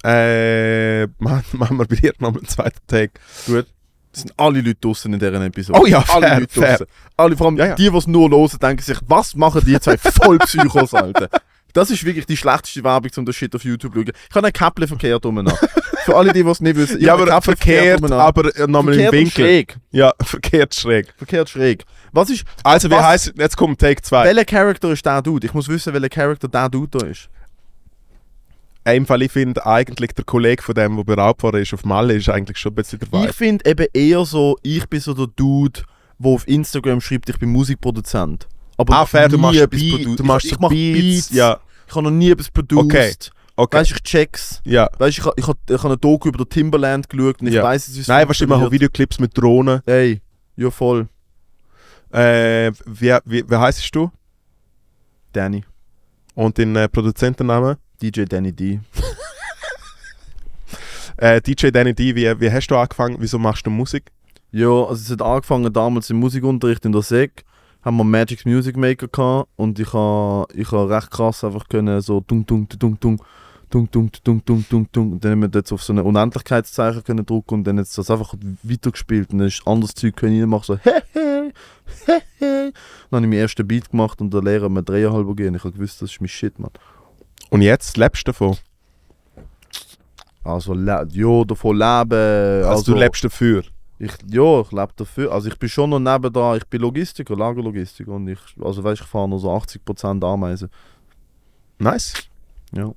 Speaker 2: Äh, ma- machen wir bei dir nochmal einen zweiten Take.
Speaker 1: Gut. Es sind alle Leute draußen in dieser Episode.
Speaker 2: Oh ja,
Speaker 1: alle
Speaker 2: fair,
Speaker 1: Leute
Speaker 2: fair.
Speaker 1: draußen. Alle, vor allem
Speaker 2: Ja, ja.
Speaker 1: die, die es nur hören, denken sich, was machen die zwei Vollpsychos, Alter? Das ist wirklich die schlechteste Werbung, um den Shit auf YouTube zu schauen. Ich habe einen Käppchen verkehrt umeinander. Für alle, die, die es nicht wissen. ich
Speaker 2: Ja,
Speaker 1: habe einen
Speaker 2: aber
Speaker 1: Käppchen
Speaker 2: verkehrt,
Speaker 1: umeinander.
Speaker 2: aber äh, nochmal im
Speaker 1: Verkehrt und
Speaker 2: Winkel.
Speaker 1: schräg.
Speaker 2: Ja, verkehrt schräg.
Speaker 1: Verkehrt schräg. Was ist,
Speaker 2: Also, wie
Speaker 1: Was?
Speaker 2: heißt Jetzt kommt Take 2.
Speaker 1: welcher Charakter ist der Dude? Ich muss wissen, welcher Charakter der Dude da ist.
Speaker 2: Im Fall, ich finde eigentlich der Kollege von dem, der beraubt worden ist, auf Malle, ist eigentlich schon ein bisschen der Vibe.
Speaker 1: Ich finde eben eher so, ich bin so der Dude, der auf Instagram schreibt, ich bin Musikproduzent. Aber
Speaker 2: Ah,
Speaker 1: noch
Speaker 2: fair, du
Speaker 1: nie
Speaker 2: machst
Speaker 1: etwas
Speaker 2: Beat-
Speaker 1: produ-
Speaker 2: du machst
Speaker 1: ich,
Speaker 2: so
Speaker 1: ich mach Beats.
Speaker 2: Beats, ja.
Speaker 1: Ich habe noch nie etwas produced.
Speaker 2: Okay, Okay.
Speaker 1: Weißt du, ich check's.
Speaker 2: ja.
Speaker 1: Weißt du, ich habe ich hab, ich hab eine Doku über den Timberland geschaut und ich
Speaker 2: Ja.
Speaker 1: weiß, es ist.
Speaker 2: Nein, weißt du, ich mache auch Videoclips mit Drohnen.
Speaker 1: Ey, ja voll.
Speaker 2: Äh, wie, wie, wie heißt du?
Speaker 1: Danny.
Speaker 2: Und dein äh, Produzentennamen?
Speaker 1: DJ Danny D.
Speaker 2: Äh, DJ Danny D, wie, wie hast du angefangen? Wieso machst du Musik?
Speaker 1: Ja, also es hat angefangen damals im Musikunterricht in der Sek. Haben wir Magic's Music Maker gehabt und ich habe ich ha recht krass einfach können so dung dung dung dung dung dung dung dung dung dung und dann haben wir jetzt auf so ein Unendlichkeitszeichen können drucken und dann jetzt das einfach weitergespielt und dann ist anderes Zeug können ich machen so hey hey hey hey. Dann habe ich meinen ersten Beat gemacht und der Lehrer hat mir dreieinhalb gegeben. Ich habe gewusst, das ist mein Shit, Mann.
Speaker 2: Und jetzt lebst du davon.
Speaker 1: Also le- ja, davon leben.
Speaker 2: Also, du lebst dafür.
Speaker 1: Ich, ja, ich lebe dafür. Also ich bin schon noch nebenan, ich bin Logistiker, Lagerlogistiker und ich, also weißt, ich fahre noch so 80% Ameisen.
Speaker 2: Nice.
Speaker 1: Ja.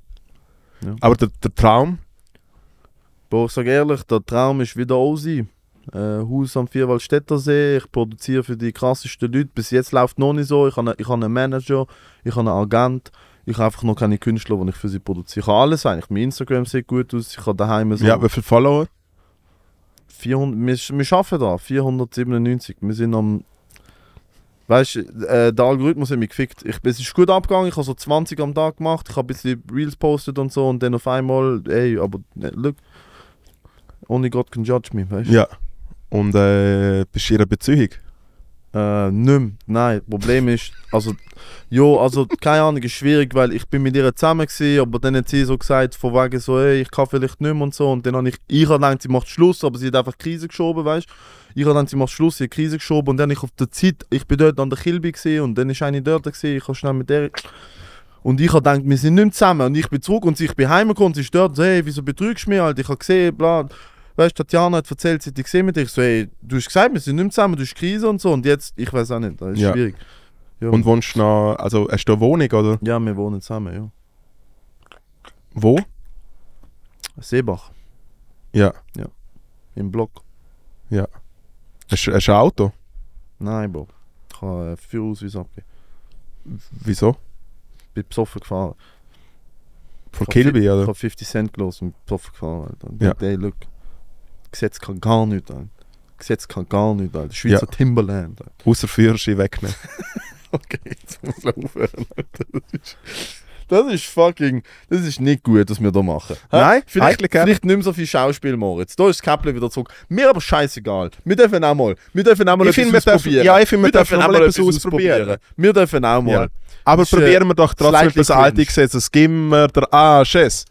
Speaker 1: Ja.
Speaker 2: Aber der, der Traum,
Speaker 1: Boah, ich sag ehrlich, der Traum ist wieder Osi. Äh, Haus am Vierwaldstättersee, ich produziere für die krassesten Leute. Bis jetzt läuft noch nicht so. Ich habe einen, ich habe einen Manager, ich habe einen Agent, ich habe einfach noch keine Künstler, die ich für sie produziere. Ich habe alles eigentlich. Mein Instagram sieht gut aus, ich habe daheim so
Speaker 2: ja, wie viele Follower?
Speaker 1: 400, wir, wir arbeiten da, 497. Wir sind am. Weißt du, äh, der Algorithmus hat mich gefickt. Ich, es ist gut abgegangen, ich habe so 20 am Tag gemacht, ich habe ein bisschen Reels postet und so und dann auf einmal, ey, aber äh, look, only God can judge me, weißt du?
Speaker 2: Ja. Und äh, bist du in einer Beziehung?
Speaker 1: Äh, nimm, nein, Problem ist, also, jo, also, keine Ahnung, ist schwierig, weil ich bin mit ihr zusammen gewesen, aber dann hat sie so gesagt, von wegen so, ey, ich kann vielleicht nicht mehr und so, und dann habe ich, ich habe gedacht, sie macht Schluss, aber sie hat einfach Krise geschoben, weißt ich habe gedacht, sie macht Schluss, sie hat Krise geschoben, und dann ich auf der Zeit, ich bin dort an der Kilby gewesen, und dann ist eine dort gewesen, ich habe schnell mit der, und ich habe gedacht, wir sind nicht mehr zusammen, und ich bin zurück, und sie, ich bin heimgekommen, und sie ist dort, und so, hey, wieso betrügst du mich, halt, ich habe gesehen, bla, weißt du, Tatjana hat erzählt, sie hat dich gesehen mit dich. So, ey, du hast gesagt, wir sind nicht mehr zusammen, du hast Krise und so. Und jetzt, ich weiß auch nicht, das ist
Speaker 2: Ja.
Speaker 1: schwierig. Ja.
Speaker 2: Und wohnst du noch, also hast du eine Wohnung oder
Speaker 1: ja, wir wohnen zusammen, ja.
Speaker 2: wo?
Speaker 1: Seebach,
Speaker 2: Ja.
Speaker 1: im Block.
Speaker 2: Hast, du- hast du ein Auto?
Speaker 1: Nein, Bro. Ich habe äh, Führerausweis abgegeben.
Speaker 2: Wieso?
Speaker 1: Bin besoffen gefahren.
Speaker 2: Von
Speaker 1: Ich hab
Speaker 2: Kilby
Speaker 1: Ich
Speaker 2: oder?
Speaker 1: habe 50 Cent gelassen und bin besoffen gefahren, Alter. Und
Speaker 2: Ja.
Speaker 1: ja. Ey, look, Gesetz kann gar nichts, Alter. Gesetz kann gar nichts, Alter. Schweizer Timberland, Alter.
Speaker 2: Außer Führerschein wegnehmen.
Speaker 1: Okay, jetzt muss ich aufhören, Alter. Das ist, das ist fucking. Das ist nicht gut, was wir da machen. Hä?
Speaker 2: Nein,
Speaker 1: vielleicht,
Speaker 2: eigentlich, ja.
Speaker 1: vielleicht nicht mehr so viel Schauspiel, Moritz. Da ist das Käppchen wieder zurück. Mir aber scheißegal. Wir dürfen auch mal. Wir dürfen auch mal
Speaker 2: Ich finde, wir dürfen- ja, ich finde, wir dürfen auch mal etwas ausprobieren.
Speaker 1: Wir dürfen auch mal.
Speaker 2: Ja. Aber
Speaker 1: Ist, äh,
Speaker 2: probieren wir doch trotzdem
Speaker 1: slightly
Speaker 2: das alte
Speaker 1: cringe.
Speaker 2: Gesetz. Es gibt immer der Anschiss.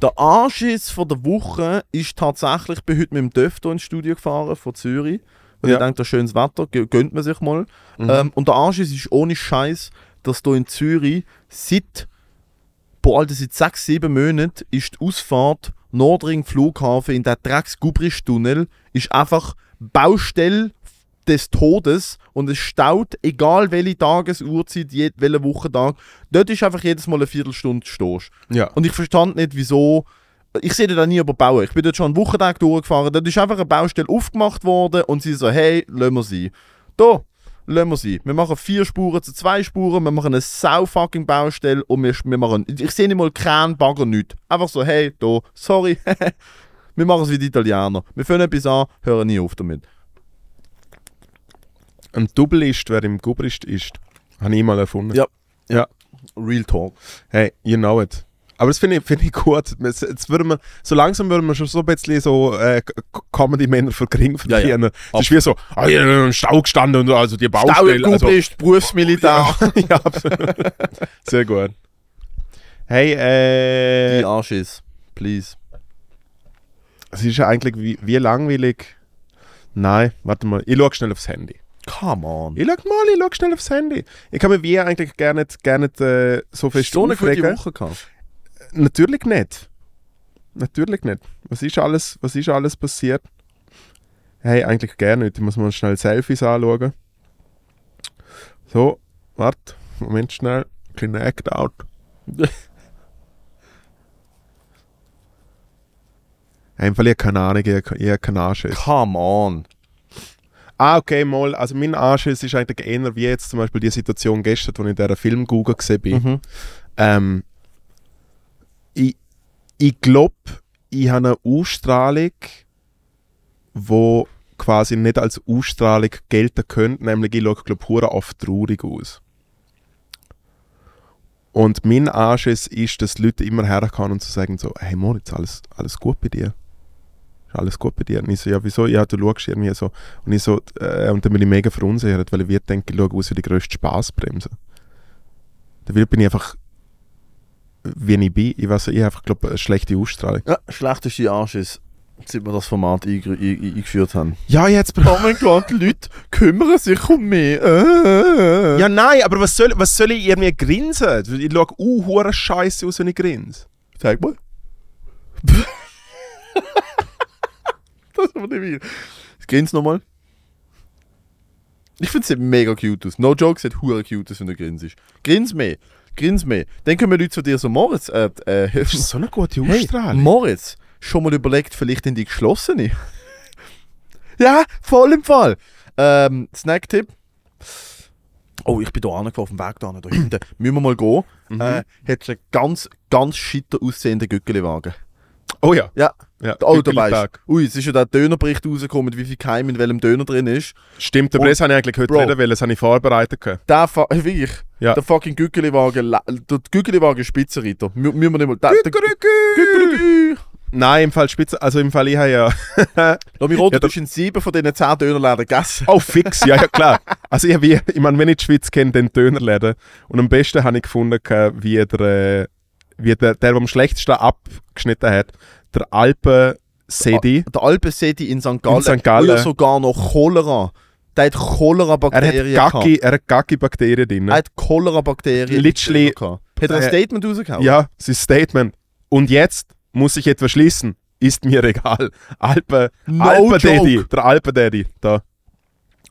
Speaker 1: Der Anschiss von der Woche ist tatsächlich, ich bin heute mit dem Döfto ins Studio gefahren von Zürich. Weil
Speaker 2: Ja. Mhm.
Speaker 1: ich denke, das ist schönes Wetter, gö- gönnt man sich mal. Ähm, und der Anschiss ist ohne Scheiß, dass hier in Zürich seit, boah, Alter, seit sechs, sieben Monaten ist die Ausfahrt Nordring Flughafen in der drecks tunnel ist einfach Baustelle des Todes und es staut, egal welche Tagesuhrzeit, jed- welchen Wochentag. Dort ist einfach jedes Mal eine Viertelstunde stehst.
Speaker 2: Ja.
Speaker 1: Und ich verstand nicht, wieso. Ich sehe da nie überbauen. Ich bin dort schon einen Wochentag durchgefahren. Dort ist einfach eine Baustelle aufgemacht worden und sie so, hey, lassen wir sie. Da, lassen wir sie. Wir machen vier Spuren zu zwei Spuren, wir machen eine sau-fucking Baustelle und wir, wir machen. Ich sehe nicht mal keinen Bagger nicht. Einfach so, hey, da, sorry. wir machen es wie die Italiener. Wir fangen etwas an, hören nie auf damit.
Speaker 2: Ein Double ist, wer im Gubber ist, ist. Habe ich mal erfunden.
Speaker 1: Ja.
Speaker 2: Ja.
Speaker 1: Real Talk.
Speaker 2: Hey, you know it. Aber das finde ich, finde ich gut. Jetzt, jetzt würden wir, so langsam würden wir schon so ein bisschen so äh, K- K- Comedy-Männer für gering
Speaker 1: Ja, ja.
Speaker 2: verdienen. Es ist wie so, ah, ja, ja, im Stau gestanden und also die
Speaker 1: Stau
Speaker 2: Baustelle.
Speaker 1: im
Speaker 2: also,
Speaker 1: ist Berufsmilitär.
Speaker 2: ja, absolut. Sehr gut. Hey, äh,
Speaker 1: Die Arsches, please.
Speaker 2: es ist ja eigentlich wie, wie langweilig. Nein, warte mal, ich schaue schnell aufs Handy.
Speaker 1: Come on.
Speaker 2: Ich schau mal, ich schau schnell aufs Handy. Ich kann mir wie eigentlich gar nicht, gar nicht äh, so fest
Speaker 1: so eine gute
Speaker 2: aufregen.
Speaker 1: Woche gehabt.
Speaker 2: Natürlich nicht. Natürlich nicht. Was ist alles, was ist alles passiert? Hey, eigentlich gar nicht. Ich muss mal schnell Selfies anschauen. So, warte. Moment schnell. Connect out. Einfach, ich hab keine Ahnung, ich hab- ich hab keine Ahnung.
Speaker 1: Come on.
Speaker 2: Ah, okay, mal. Also mein Anschiss ist eigentlich eher wie jetzt zum Beispiel die Situation gestern, wo ich in dieser Filmgugel gesehen bin.
Speaker 1: Mhm.
Speaker 2: Ähm, ich ich glaube, ich habe eine Ausstrahlung, wo quasi nicht als Ausstrahlung gelten könnte, nämlich ich schaue, glaube ich, oft traurig aus. Und mein Anschiss ist, dass die Leute immer herkommen und zu sagen so, hey Moritz, alles, alles gut bei dir? Ist alles gut bei dir? Und ich so, ja wieso? Ja, du schaust irgendwie so. Und ich so, äh, und dann bin ich mega verunsichert, weil ich wird denke, ich schaue aus wie die grösste Spaßbremse. Dann bin ich einfach, wie ich bin. Ich weiß so, ich habe einfach, glaube eine schlechte Ausstrahlung.
Speaker 1: Ja, schlechteste Anschiss, seit wir das Format einge- ein- ein- eingeführt haben.
Speaker 2: Ja, jetzt
Speaker 1: Oh mein Gott, die Leute kümmern sich um mich. Äh.
Speaker 2: Oh, Ja, nein, aber was soll, was soll ich irgendwie grinsen? Ich schaue uh, hure scheiße aus, wenn ich grinse.
Speaker 1: Zeig mal. das ist aber nicht viel. Jetzt grinst nochmal. Ich finde, sieht mega cute aus. No joke, sieht hure cute aus, wenn du grinst. Grins mehr. Grins mehr. Dann kommen Leute zu dir so, Moritz, äh, äh,
Speaker 2: Das ist so eine gute
Speaker 1: hey,
Speaker 2: Ausstrahlung.
Speaker 1: Moritz, schon mal überlegt, vielleicht in die geschlossene? ja, voll im Fall. Ähm, Snacktipp. Oh, ich bin hier angefahren, auf dem Weg da hin, da hinten. Müssen wir mal gehen.
Speaker 2: Mhm.
Speaker 1: Äh, hat einen ganz, ganz schitter aussehenden Gückeliwagen.
Speaker 2: oh ja.
Speaker 1: Ja,
Speaker 2: ja.
Speaker 1: der Auto
Speaker 2: Gürtelberg.
Speaker 1: Ui, es ist ja der Dönerbericht rausgekommen, wie viel Keim in welchem Döner drin ist.
Speaker 2: Stimmt, aber
Speaker 1: Und-
Speaker 2: das habe ich eigentlich heute
Speaker 1: Bro.
Speaker 2: reden wollen, das habe ich vorbereitet. gehabt.
Speaker 1: Der, fa äh, wirklich,
Speaker 2: Ja.
Speaker 1: der fucking Gückeliwagen, la- der Gückeliwagen ist Spitzenreiter. Mü müssen wir nicht mal... Der, der, Gückelü-
Speaker 2: Nein, im Fall Spitze, also im Fall ich habe ja...
Speaker 1: Lass mich rot, du
Speaker 2: Ja, der-
Speaker 1: hast in sieben von diesen zehn Dönerläden gegessen.
Speaker 2: Oh, fix, ja, ja klar. Also ich, habe wie, ich meine, wenn ich die Schweiz kenne, dann Dönerläden. Und am besten habe ich gefunden, gehabt, wie der, äh, wie der, der, der am schlechtesten abgeschnitten hat, der Alpen Sedi.
Speaker 1: Ah, Der Alpensedi in St. Gallen.
Speaker 2: In St. Gallen.
Speaker 1: Wo ja sogar noch Cholera. Der hat
Speaker 2: Er hat
Speaker 1: Cholera-Bakterien
Speaker 2: Gacki- er hat Gacki-Bakterien drin.
Speaker 1: Er hat Cholera-Bakterien.
Speaker 2: Literally-
Speaker 1: im Körper gehabt. Hat er ein
Speaker 2: Äh,
Speaker 1: Statement rausgehauen?
Speaker 2: Ja, sein Statement. Und jetzt muss ich etwas schließen. Ist mir egal. Alpe,
Speaker 1: No
Speaker 2: Alpe
Speaker 1: joke.
Speaker 2: Daddy. Der Alpe Daddy. Da.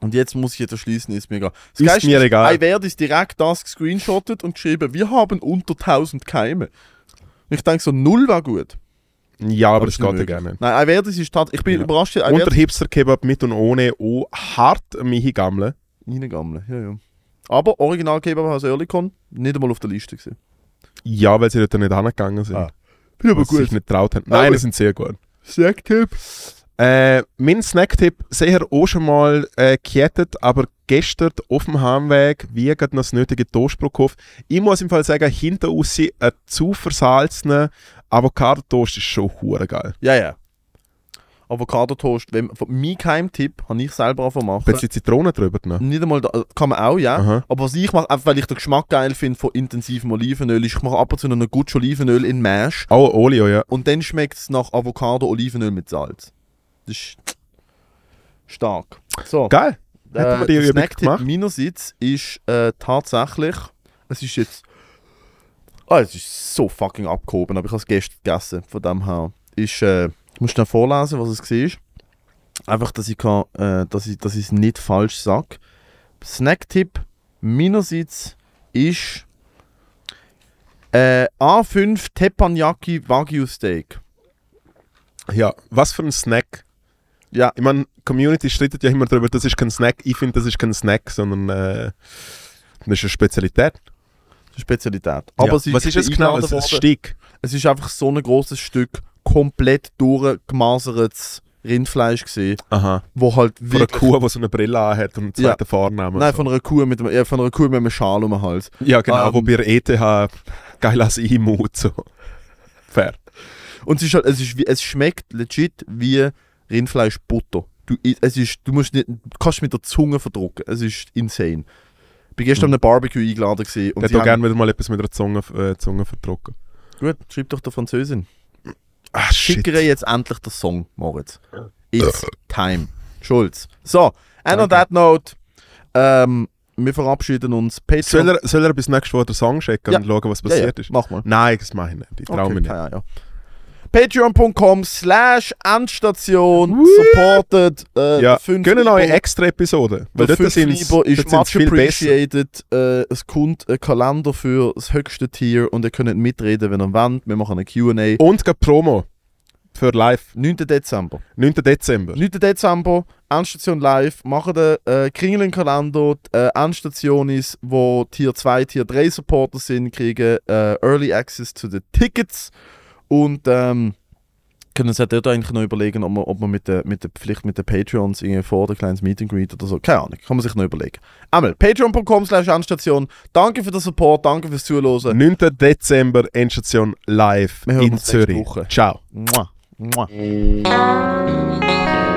Speaker 1: Und jetzt muss ich jetzt erschließen, ist mir egal. Das
Speaker 2: Ist
Speaker 1: Geilste
Speaker 2: mir egal.
Speaker 1: Ich werde es direkt das gescreenshottet und geschrieben, wir haben unter 1000 Keime. Und Ich denke so, null war gut.
Speaker 2: Ja, aber
Speaker 1: das
Speaker 2: das
Speaker 1: ist
Speaker 2: geht ja
Speaker 1: nicht
Speaker 2: gerne.
Speaker 1: Nein, Iverdes ist tatsächlich. Ich bin
Speaker 2: Ja.
Speaker 1: überrascht,
Speaker 2: Und der
Speaker 1: Iverdes
Speaker 2: Hipster-Kebab mit und ohne auch hart am hingammeln.
Speaker 1: reingammeln. Ja, ja. Aber Originalgeber aus Earlycon, nicht einmal auf der Liste gesehen.
Speaker 2: Ja, weil sie dort nicht angegangen sind.
Speaker 1: Ah, Bin
Speaker 2: weil sie sich nicht traut haben. Nein,
Speaker 1: Aber-
Speaker 2: die sind sehr gut.
Speaker 1: Snacktipp.
Speaker 2: Äh, mein Snacktipp sicher auch schon mal äh, gekettet, aber gestern auf dem Heimweg, wie gerade noch das nötige Toastbrot gekauft. Ich muss im Fall sagen, hinter uns ein zu versalzener Avocado-Toast ist schon hure geil.
Speaker 1: Ja, ja. Avocado-Toast, wenn, von- mein Keimtipp habe ich selber einfach gemacht.
Speaker 2: Ein bisschen Zitrone drüber genommen.
Speaker 1: Nicht einmal, da, äh, kann man auch, ja.
Speaker 2: Aha.
Speaker 1: Aber was ich mache, einfach weil ich den Geschmack geil finde von intensivem Olivenöl, ist, ich mache ab und zu noch ein gutes Olivenöl in Mash
Speaker 2: Oh, Olio, ja.
Speaker 1: und dann schmeckt es nach Avocado-Olivenöl mit Salz. Das ist stark. So,
Speaker 2: Geil.
Speaker 1: äh,
Speaker 2: hätten wir die
Speaker 1: der
Speaker 2: Übung
Speaker 1: Snacktipp
Speaker 2: gemacht?
Speaker 1: meinerseits ist äh, tatsächlich, es ist jetzt, ah, es ist so fucking abgehoben, aber ich habe es gestern gegessen, von dem her. Ist, äh, ich muss schnell vorlesen, was es war. Einfach, dass ich, kann, äh, dass ich, dass ich es nicht falsch sage. Snacktipp meinerseits ist äh, A5 Teppanyaki Wagyu Steak.
Speaker 2: Ja, was für ein Snack.
Speaker 1: Ja,
Speaker 2: Ich meine, Community streitet ja immer darüber, das ist kein Snack. Ich finde, das ist kein Snack, sondern äh, das ist eine Spezialität.
Speaker 1: Spezialität. Aber
Speaker 2: ja.
Speaker 1: es
Speaker 2: Was ist es genau?
Speaker 1: eingeladen
Speaker 2: Ein ein
Speaker 1: worden-
Speaker 2: Steak.
Speaker 1: Es ist einfach so ein großes Stück komplett durchgemasertes Rindfleisch gesehen,
Speaker 2: Aha.
Speaker 1: wo halt
Speaker 2: Von einer
Speaker 1: wirklich
Speaker 2: Kuh, die so eine Brille anhat und einen
Speaker 1: Ja.
Speaker 2: zweiten Vornamen.
Speaker 1: Nein, von einer Kuh mit einem, ja, von einer Kuh mit einem Schal um den Hals.
Speaker 2: Ja, genau,
Speaker 1: Ähm,
Speaker 2: wo bei der ETH geil als Imut so. Fair.
Speaker 1: Und es ist halt, es ist wie, es schmeckt legit wie Rindfleischbutter. Du, i- es ist, du musst nicht, du kannst mit der Zunge verdrucken. Es ist insane. Ich bin gestern an einem Barbecue eingeladen gewesen und
Speaker 2: Der
Speaker 1: sie
Speaker 2: Hm. hätte auch
Speaker 1: haben,
Speaker 2: gerne wieder mal etwas mit der Zunge, äh, Zunge verdrucken.
Speaker 1: gut, schreib doch der Französin.
Speaker 2: Ah, shit. Äh.
Speaker 1: Schickere jetzt endlich den Song, Moritz. It's time. Schulz. So, and on
Speaker 2: Danke.
Speaker 1: that note, ähm, wir verabschieden uns. Patreon.
Speaker 2: Soll er, soll er bis nächste Woche den Song schicken und schauen, was passiert
Speaker 1: ja, ja.
Speaker 2: ist?
Speaker 1: Mach mal.
Speaker 2: Nein, das mache ich nicht. Ich traue
Speaker 1: Okay,
Speaker 2: mich nicht.
Speaker 1: keine Ahnung. Patreon.com slash Endstation
Speaker 2: Woo!
Speaker 1: supported äh,
Speaker 2: Ja,
Speaker 1: der fünf
Speaker 2: gönnen
Speaker 1: Lieber-
Speaker 2: euch extra Episoden.
Speaker 1: der
Speaker 2: Weil dort
Speaker 1: fünf
Speaker 2: sind
Speaker 1: Lieber ist
Speaker 2: es
Speaker 1: much
Speaker 2: viel besser.
Speaker 1: appreciated. Äh, es kommt ein Kalender für das höchste Tier und ihr könnt mitreden, wenn ihr wollt. Wir machen eine Q&A.
Speaker 2: Und gerade Promo. Für live.
Speaker 1: 9. Dezember.
Speaker 2: 9. Dezember.
Speaker 1: 9. Dezember, Endstation live, machen den äh, Kringelenkalender. Die, Äh, Endstationis, wo Tier 2, Tier 3 Supporter sind, kriegen äh, Early Access zu den Tickets und ähm, können sich dort eigentlich noch überlegen, ob man, ob man mit der, mit der, vielleicht mit den Patreons irgendwie vor der kleines Meet and Greet oder so, keine Ahnung, kann man sich noch überlegen. Einmal, patreon.com slash Endstation, danke für den Support, danke fürs Zuhören.
Speaker 2: 9. Dezember, Endstation live
Speaker 1: Wir hören
Speaker 2: in
Speaker 1: uns nächste
Speaker 2: Zürich.
Speaker 1: Woche.
Speaker 2: Ciao.
Speaker 1: Mua, mua.
Speaker 3: Thank you.